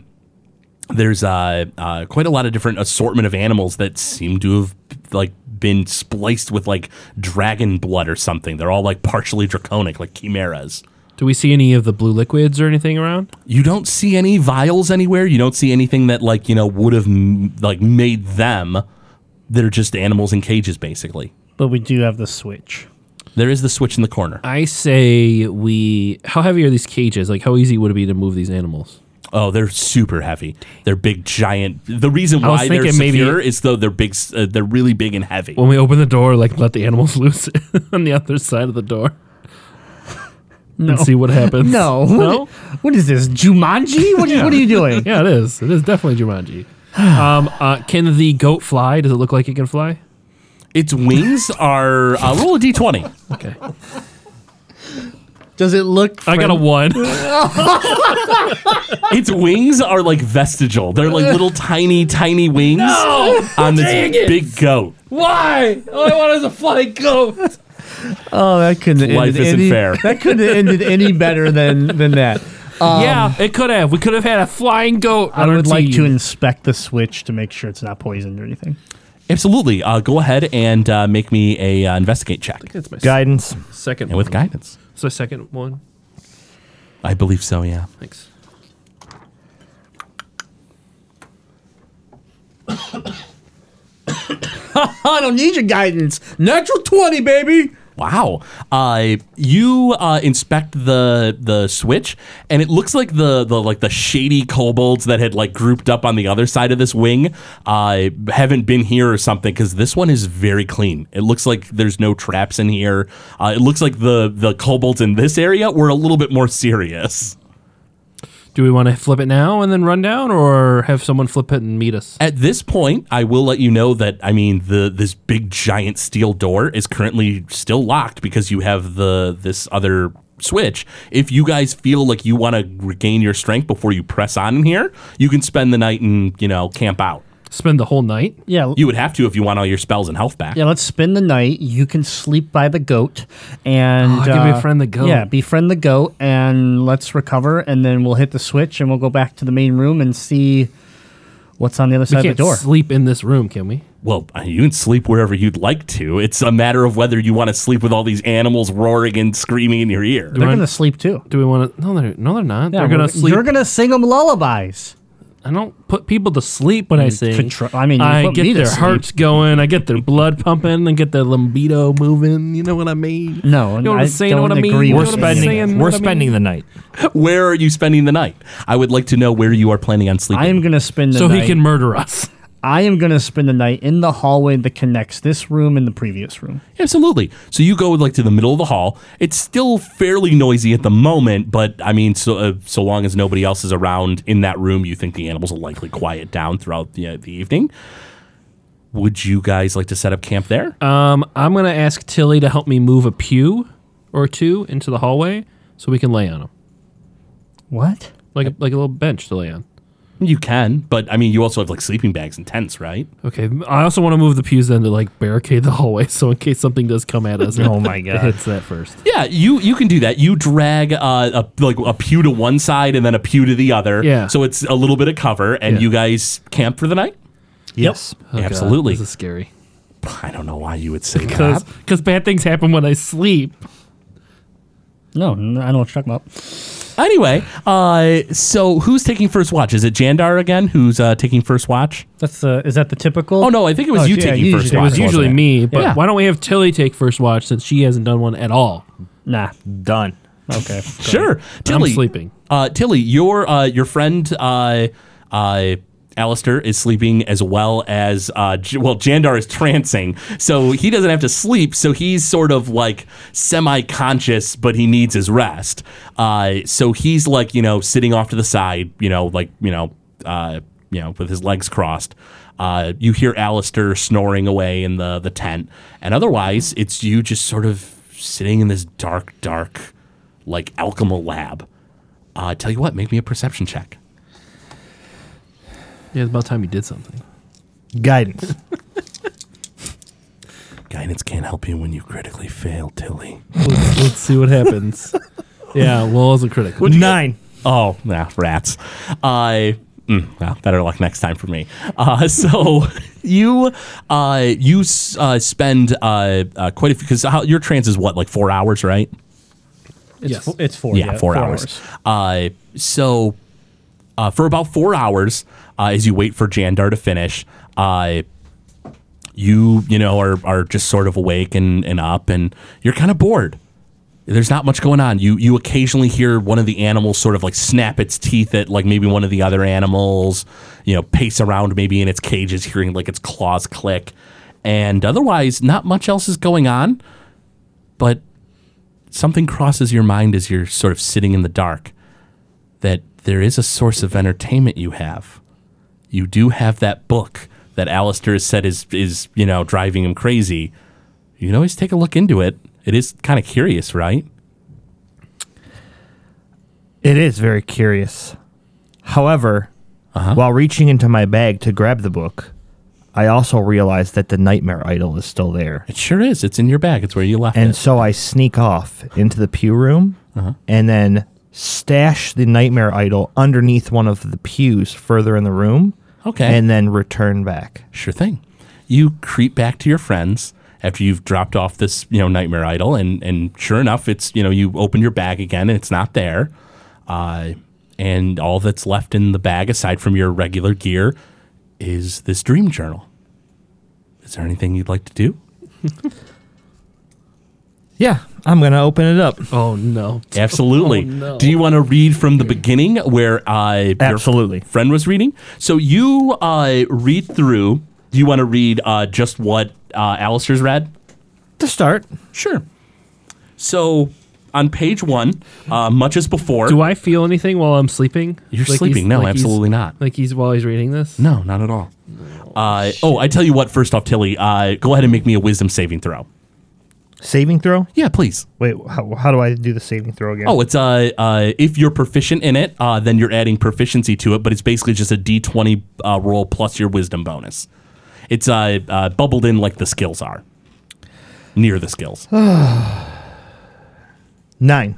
B: there's uh, uh, quite a lot of different assortment of animals that seem to have like been spliced with like dragon blood or something. They're all like partially draconic, like chimeras.
C: Do we see any of the blue liquids or anything around?
B: You don't see any vials anywhere. You don't see anything that like you know would have m- like made them. They're just animals in cages, basically.
E: But we do have the switch.
B: There is the switch in the corner.
C: I say we. How heavy are these cages? Like, how easy would it be to move these animals?
B: Oh, they're super heavy. They're big, giant. The reason
C: I was
B: why they're
C: thinking maybe-
B: secure is though they're big. s- Uh, they're really big and heavy.
C: When we open the door, like, let the animals loose on the other side of the door
E: No.
C: and see what happens.
E: No.
C: No?
E: What is this? Jumanji? What, what are you doing?
C: Yeah, it is. It is definitely Jumanji. Um, uh, can the goat fly? Does it look like it can fly?
B: Its wings are uh, roll a d twenty.
C: Okay.
E: Does it look?
C: I got a one.
B: Its wings are like vestigial. They're like little tiny, tiny wings on this big goat.
C: Oh, Why? All I want is a flying goat.
E: Oh, that couldn't. have
B: Life
E: ended
B: isn't
E: any,
B: fair.
E: That couldn't have ended any better than than that.
C: yeah, it could have. We could have had a flying goat.
E: Um, I
C: on our
E: would like to
C: team.
E: inspect the switch to make sure it's not poisoned or anything.
B: Absolutely. Uh, go ahead and uh, make me a uh, investigate check,
C: That's my
D: Guidance.
C: second.
B: and with
C: one.
B: guidance.
C: So second one.
B: I believe so. Yeah.
C: Thanks.
E: I don't need your guidance. Natural twenty, baby.
B: Wow. Uh, you uh, inspect the the switch, and it looks like the, the like the shady kobolds that had like grouped up on the other side of this wing uh, haven't been here or something because this one is very clean. It looks like there's no traps in here. Uh, it looks like the the kobolds in this area were a little bit more serious.
C: Do we want to flip it now and then run down, or have someone flip it and meet us?
B: At this point, I will let you know that I mean the this big giant steel door is currently still locked because you have the this other switch. If you guys feel like you want to regain your strength before you press on in here, you can spend the night and you know camp out.
C: Spend the whole night.
E: Yeah. l-
B: You would have to if you want all your spells and health back.
E: Yeah, let's spend the night. You can sleep by the goat, and uh,
C: Oh, I can befriend the goat.
E: Yeah, befriend the goat, and let's recover, and then we'll hit the switch, and we'll go back to the main room and see what's on the other
C: We
E: side of
C: can't
E: the door.
C: sleep in this room, can we?
B: Well, I mean, you can sleep wherever you'd like to. It's a matter of whether you want to sleep with all these animals roaring and screaming in your ear.
E: They're
C: Run-
E: gonna sleep too.
C: Do we want to? No, they're no, they're not.
E: Yeah,
C: they're gonna
E: we're-
C: sleep.
E: You're gonna sing them lullabies.
C: I don't put people to sleep when I sing.
E: contro- Mm, I mean, you
C: I
E: put
C: get
E: me to
C: their
E: sleep.
C: hearts going. I get their blood pumping. and get their libido moving. You know what I mean?
E: No,
C: You know what
E: I
C: I'm saying?
E: don't
C: What I mean?
E: agree
C: You know
D: We're
E: with
C: what I'm
E: you.
C: saying?
D: spending. We're
C: What I mean?
D: spending the night.
B: Where are you spending the night? I would like to know where you are planning on sleeping.
E: I am gonna spend the
C: So
E: night.
C: he can murder us.
E: I am gonna spend the night in the hallway that connects this room and the previous room.
B: Absolutely. So you go like to the middle of the hall. It's still fairly noisy at the moment, but I mean, so uh, so long as nobody else is around in that room, you think the animals will likely quiet down throughout the, uh, the evening. Would you guys like to set up camp there?
C: Um, I'm gonna ask Tilly to help me move a pew or two into the hallway so we can lay on them,
E: What?
C: like a, like a little bench to lay on.
B: you can, but I mean, you also have like sleeping bags and tents, right?
C: Okay. I also want to move the pews then to like barricade the hallway, so in case something does come at us,
D: Oh my
C: it
D: god.
C: hits that first.
B: Yeah, you you can do that. You drag uh, a, like a pew to one side and then a pew to the other.
C: Yeah.
B: So it's a little bit of cover, and you guys camp for the night.
D: yes.
C: Oh, God,
B: Absolutely.
C: this is scary.
B: I don't know why you would say that.
C: Because bad things happen when I sleep.
E: No, n- I don't know what you're talking about.
B: Anyway, uh, so who's taking first watch? Is it Jandar again who's uh, taking first watch?
E: That's the. Is that the typical?
B: Oh no, I think it was
E: Oh,
B: you
E: yeah,
B: taking
E: you
B: first
E: usually-
B: watch.
E: it
C: It was
B: wasn't
C: usually me, but
B: Yeah.
C: why don't we have Tilly take first watch since she hasn't done one at all?
E: Nah.
D: Done.
E: Okay.
B: Sure, Tilly.
C: sleeping.
B: Uh, Tilly, your uh, your friend, uh, uh, Alistair is sleeping as well as uh, J- well. Jandar is trancing, so he doesn't have to sleep. So he's sort of like semi-conscious, but he needs his rest. Uh, so he's like you know sitting off to the side, you know, like you know, uh, you know, with his legs crossed. Uh, you hear Alistair snoring away in the the tent, and otherwise it's you just sort of sitting in this dark, dark like alchemical lab Uh, tell you what, make me a perception check.
C: Yeah, it's about time you did something.
D: Guidance.
B: Guidance can't help you when you critically fail, Tilly.
C: Let's, let's see what happens. Yeah, well, it was a critic.
D: Nine.
B: Oh, nah, rats. I mm, well, better luck next time for me. Uh, so you uh, you s- uh, spend uh, uh, quite a few because your trance is what like four hours, right?
E: It's,
C: Yes.
E: fo- it's four.
B: yeah, four, hours. Uh, so uh, for about four hours, uh, as you wait for Jandar to finish, uh, you you know are are just sort of awake and, and up, and you're kind of bored. There's not much going on. You you occasionally hear one of the animals sort of like snap its teeth at like maybe one of the other animals, you know, pace around maybe in its cages, hearing like its claws click, and otherwise not much else is going on. But something crosses your mind as you're sort of sitting in the dark that there is a source of entertainment you have. You do have that book that Alistair has said is is, you know, driving him crazy. You can always take a look into it. It is kind of curious, right?
D: It is very curious. However,
E: Uh-huh.
D: while reaching into my bag to grab the book, I also realize that the nightmare idol is still there.
B: It sure is. It's in your bag. It's where you left
D: And
B: it.
D: so I sneak off into the pew room and then stash the nightmare idol underneath one of the pews further in the room
B: Okay.
D: and then return back.
B: Sure thing. You creep back to your friends after you've dropped off this, you know, nightmare idol, and and sure enough, it's you know you open your bag again and it's not there, uh, and all that's left in the bag aside from your regular gear is this dream journal. Is there anything you'd like to do?
D: Yeah, I'm going to open it up.
C: Oh no!
B: Absolutely.
C: no.
B: Do you want to read from the beginning where I
D: Absolutely.
B: your friend was reading? So you uh, read through. Do you want to read uh, just what uh, Alistair's read?
D: To start,
B: Sure. So on page one, uh, much as before.
C: Do I feel anything while I'm sleeping?
B: You're
C: he's-
B: sleeping. No,
C: he's-
B: absolutely not.
C: Like he's while he's reading this.
B: no, not at all. Uh, oh, I tell you what. First off, Tilly, uh, go ahead and make me a wisdom saving throw.
D: saving throw.
B: Yeah, please.
D: Wait, how, how do I do the saving throw again?
B: Oh, it's uh, uh, if you're proficient in it, uh, then you're adding proficiency to it, but it's basically just a d20 uh, roll plus your wisdom bonus. It's uh, uh, bubbled in like the skills are, near the skills.
D: nine.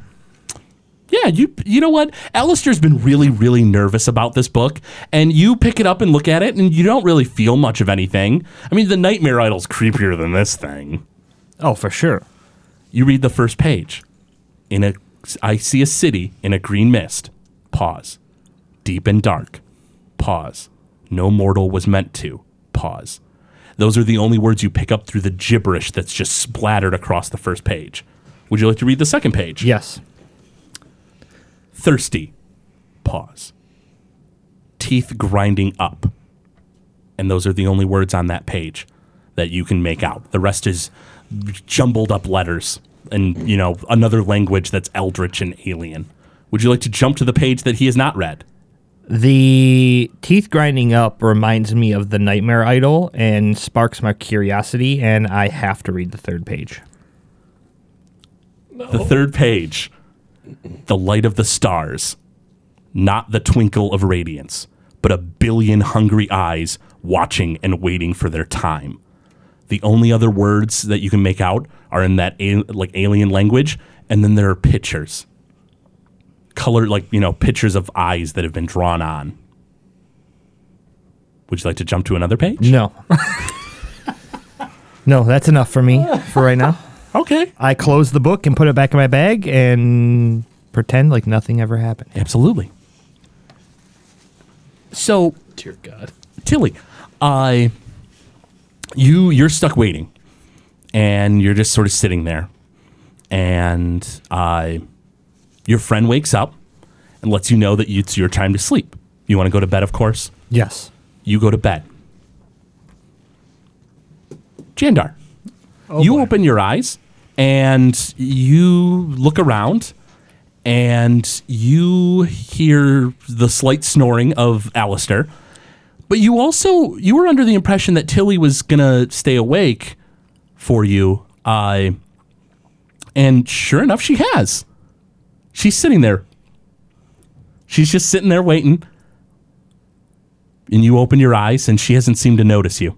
B: Yeah, you you know what? Alistair's been really, really nervous about this book, and you pick it up and look at it, and you don't really feel much of anything. I mean, the Nightmare Idol's creepier than this thing.
D: Oh, for sure.
B: You read the first page. In a, I see a city in a green mist. Pause. Deep and dark. Pause. No mortal was meant to. Pause. Those are the only words you pick up through the gibberish that's just splattered across the first page. Would you like to read the second page?
D: Yes.
B: thirsty. Pause. Teeth grinding up. And those are the only words on that page that you can make out. The rest is jumbled up letters and, you know, another language that's eldritch and alien. Would you like to jump to the page that he has not read?
D: The teeth grinding up reminds me of the Nightmare Idol and sparks my curiosity, and I have to read the third page.
B: The third page. The light of the stars. Not the twinkle of radiance, but a billion hungry eyes watching and waiting for their time. The only other words that you can make out are in that a- like alien language, and then there are pictures. Color like, you know, pictures of eyes that have been drawn on. Would you like to jump to another page?
D: No. no, that's enough for me for right now.
B: Okay.
D: I close the book and put it back in my bag and pretend like nothing ever happened.
B: Absolutely. So
F: Dear God.
B: Tilly, I you you're stuck waiting, and you're just sort of sitting there, and I your friend wakes up and lets you know that it's your time to sleep. You want to go to bed, of course.
D: Yes.
B: You go to bed. Jandar, you open your eyes and you look around and you hear the slight snoring of Alistair. But you also you were under the impression that Tilly was gonna stay awake for you. Uh, and sure enough, she has. She's sitting there She's just sitting there waiting. And you open your eyes, and she hasn't seemed to notice you.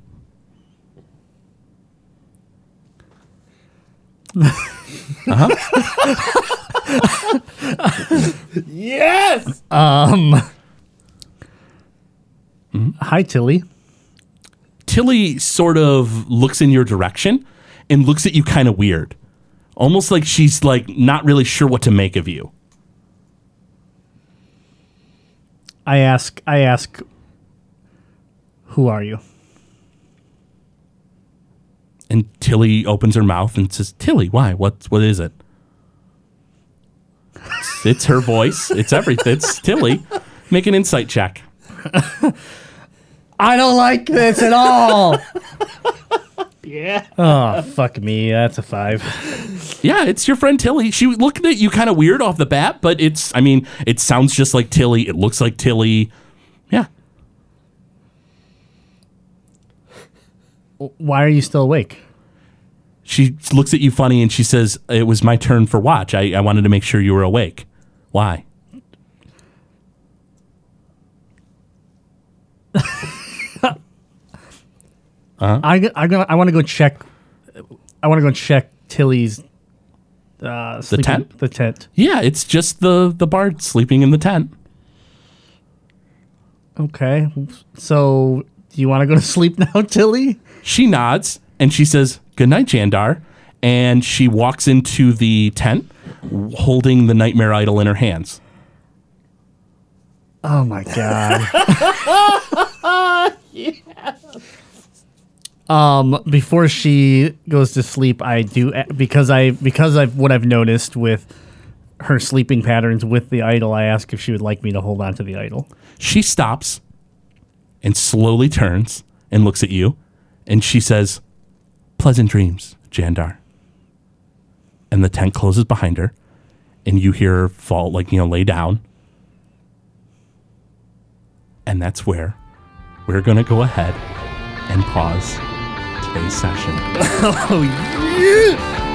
E: Hi, Tilly.
B: Tilly sort of looks in your direction and looks at you kind of weird. Almost like she's like not really sure what to make of you.
E: I ask. I ask. Who are you?
B: And Tilly opens her mouth and says, "Tilly, why? What? What is it?" It's- It's her voice. It's everything. It's Tilly. Make an insight check.
E: I don't like this at all. yeah. Oh fuck me. That's a five.
B: Yeah, it's your friend Tilly. She looked at you kind of weird off the bat, but it's. I mean, it sounds just like Tilly. It looks like Tilly. Yeah.
E: Why are you still awake?
B: She looks at you funny and she says, "It was my turn for watch. I, I wanted to make sure you were awake. Why?"
E: I I gonna I want to go check. I want to go check Tilly's. Uh, sleeping-
B: tent?
E: The tent.
B: Yeah, it's just the the bard sleeping in the tent.
E: Okay. So do you want to go to sleep now, Tilly?
B: She nods and she says, Good night, Jandar. And she walks into the tent holding the nightmare idol in her hands.
E: Oh my god. Um, before she goes to sleep, I do because I because I've what I've noticed with her sleeping patterns with the idol. I ask if she would like me to hold on to the idol.
B: She stops and slowly turns and looks at you. And she says, Pleasant dreams, Jandar. And the tent closes behind her. And you hear her fall, like, you know, lay down. And that's where we're going to go ahead and pause today's session.
E: Oh yeah!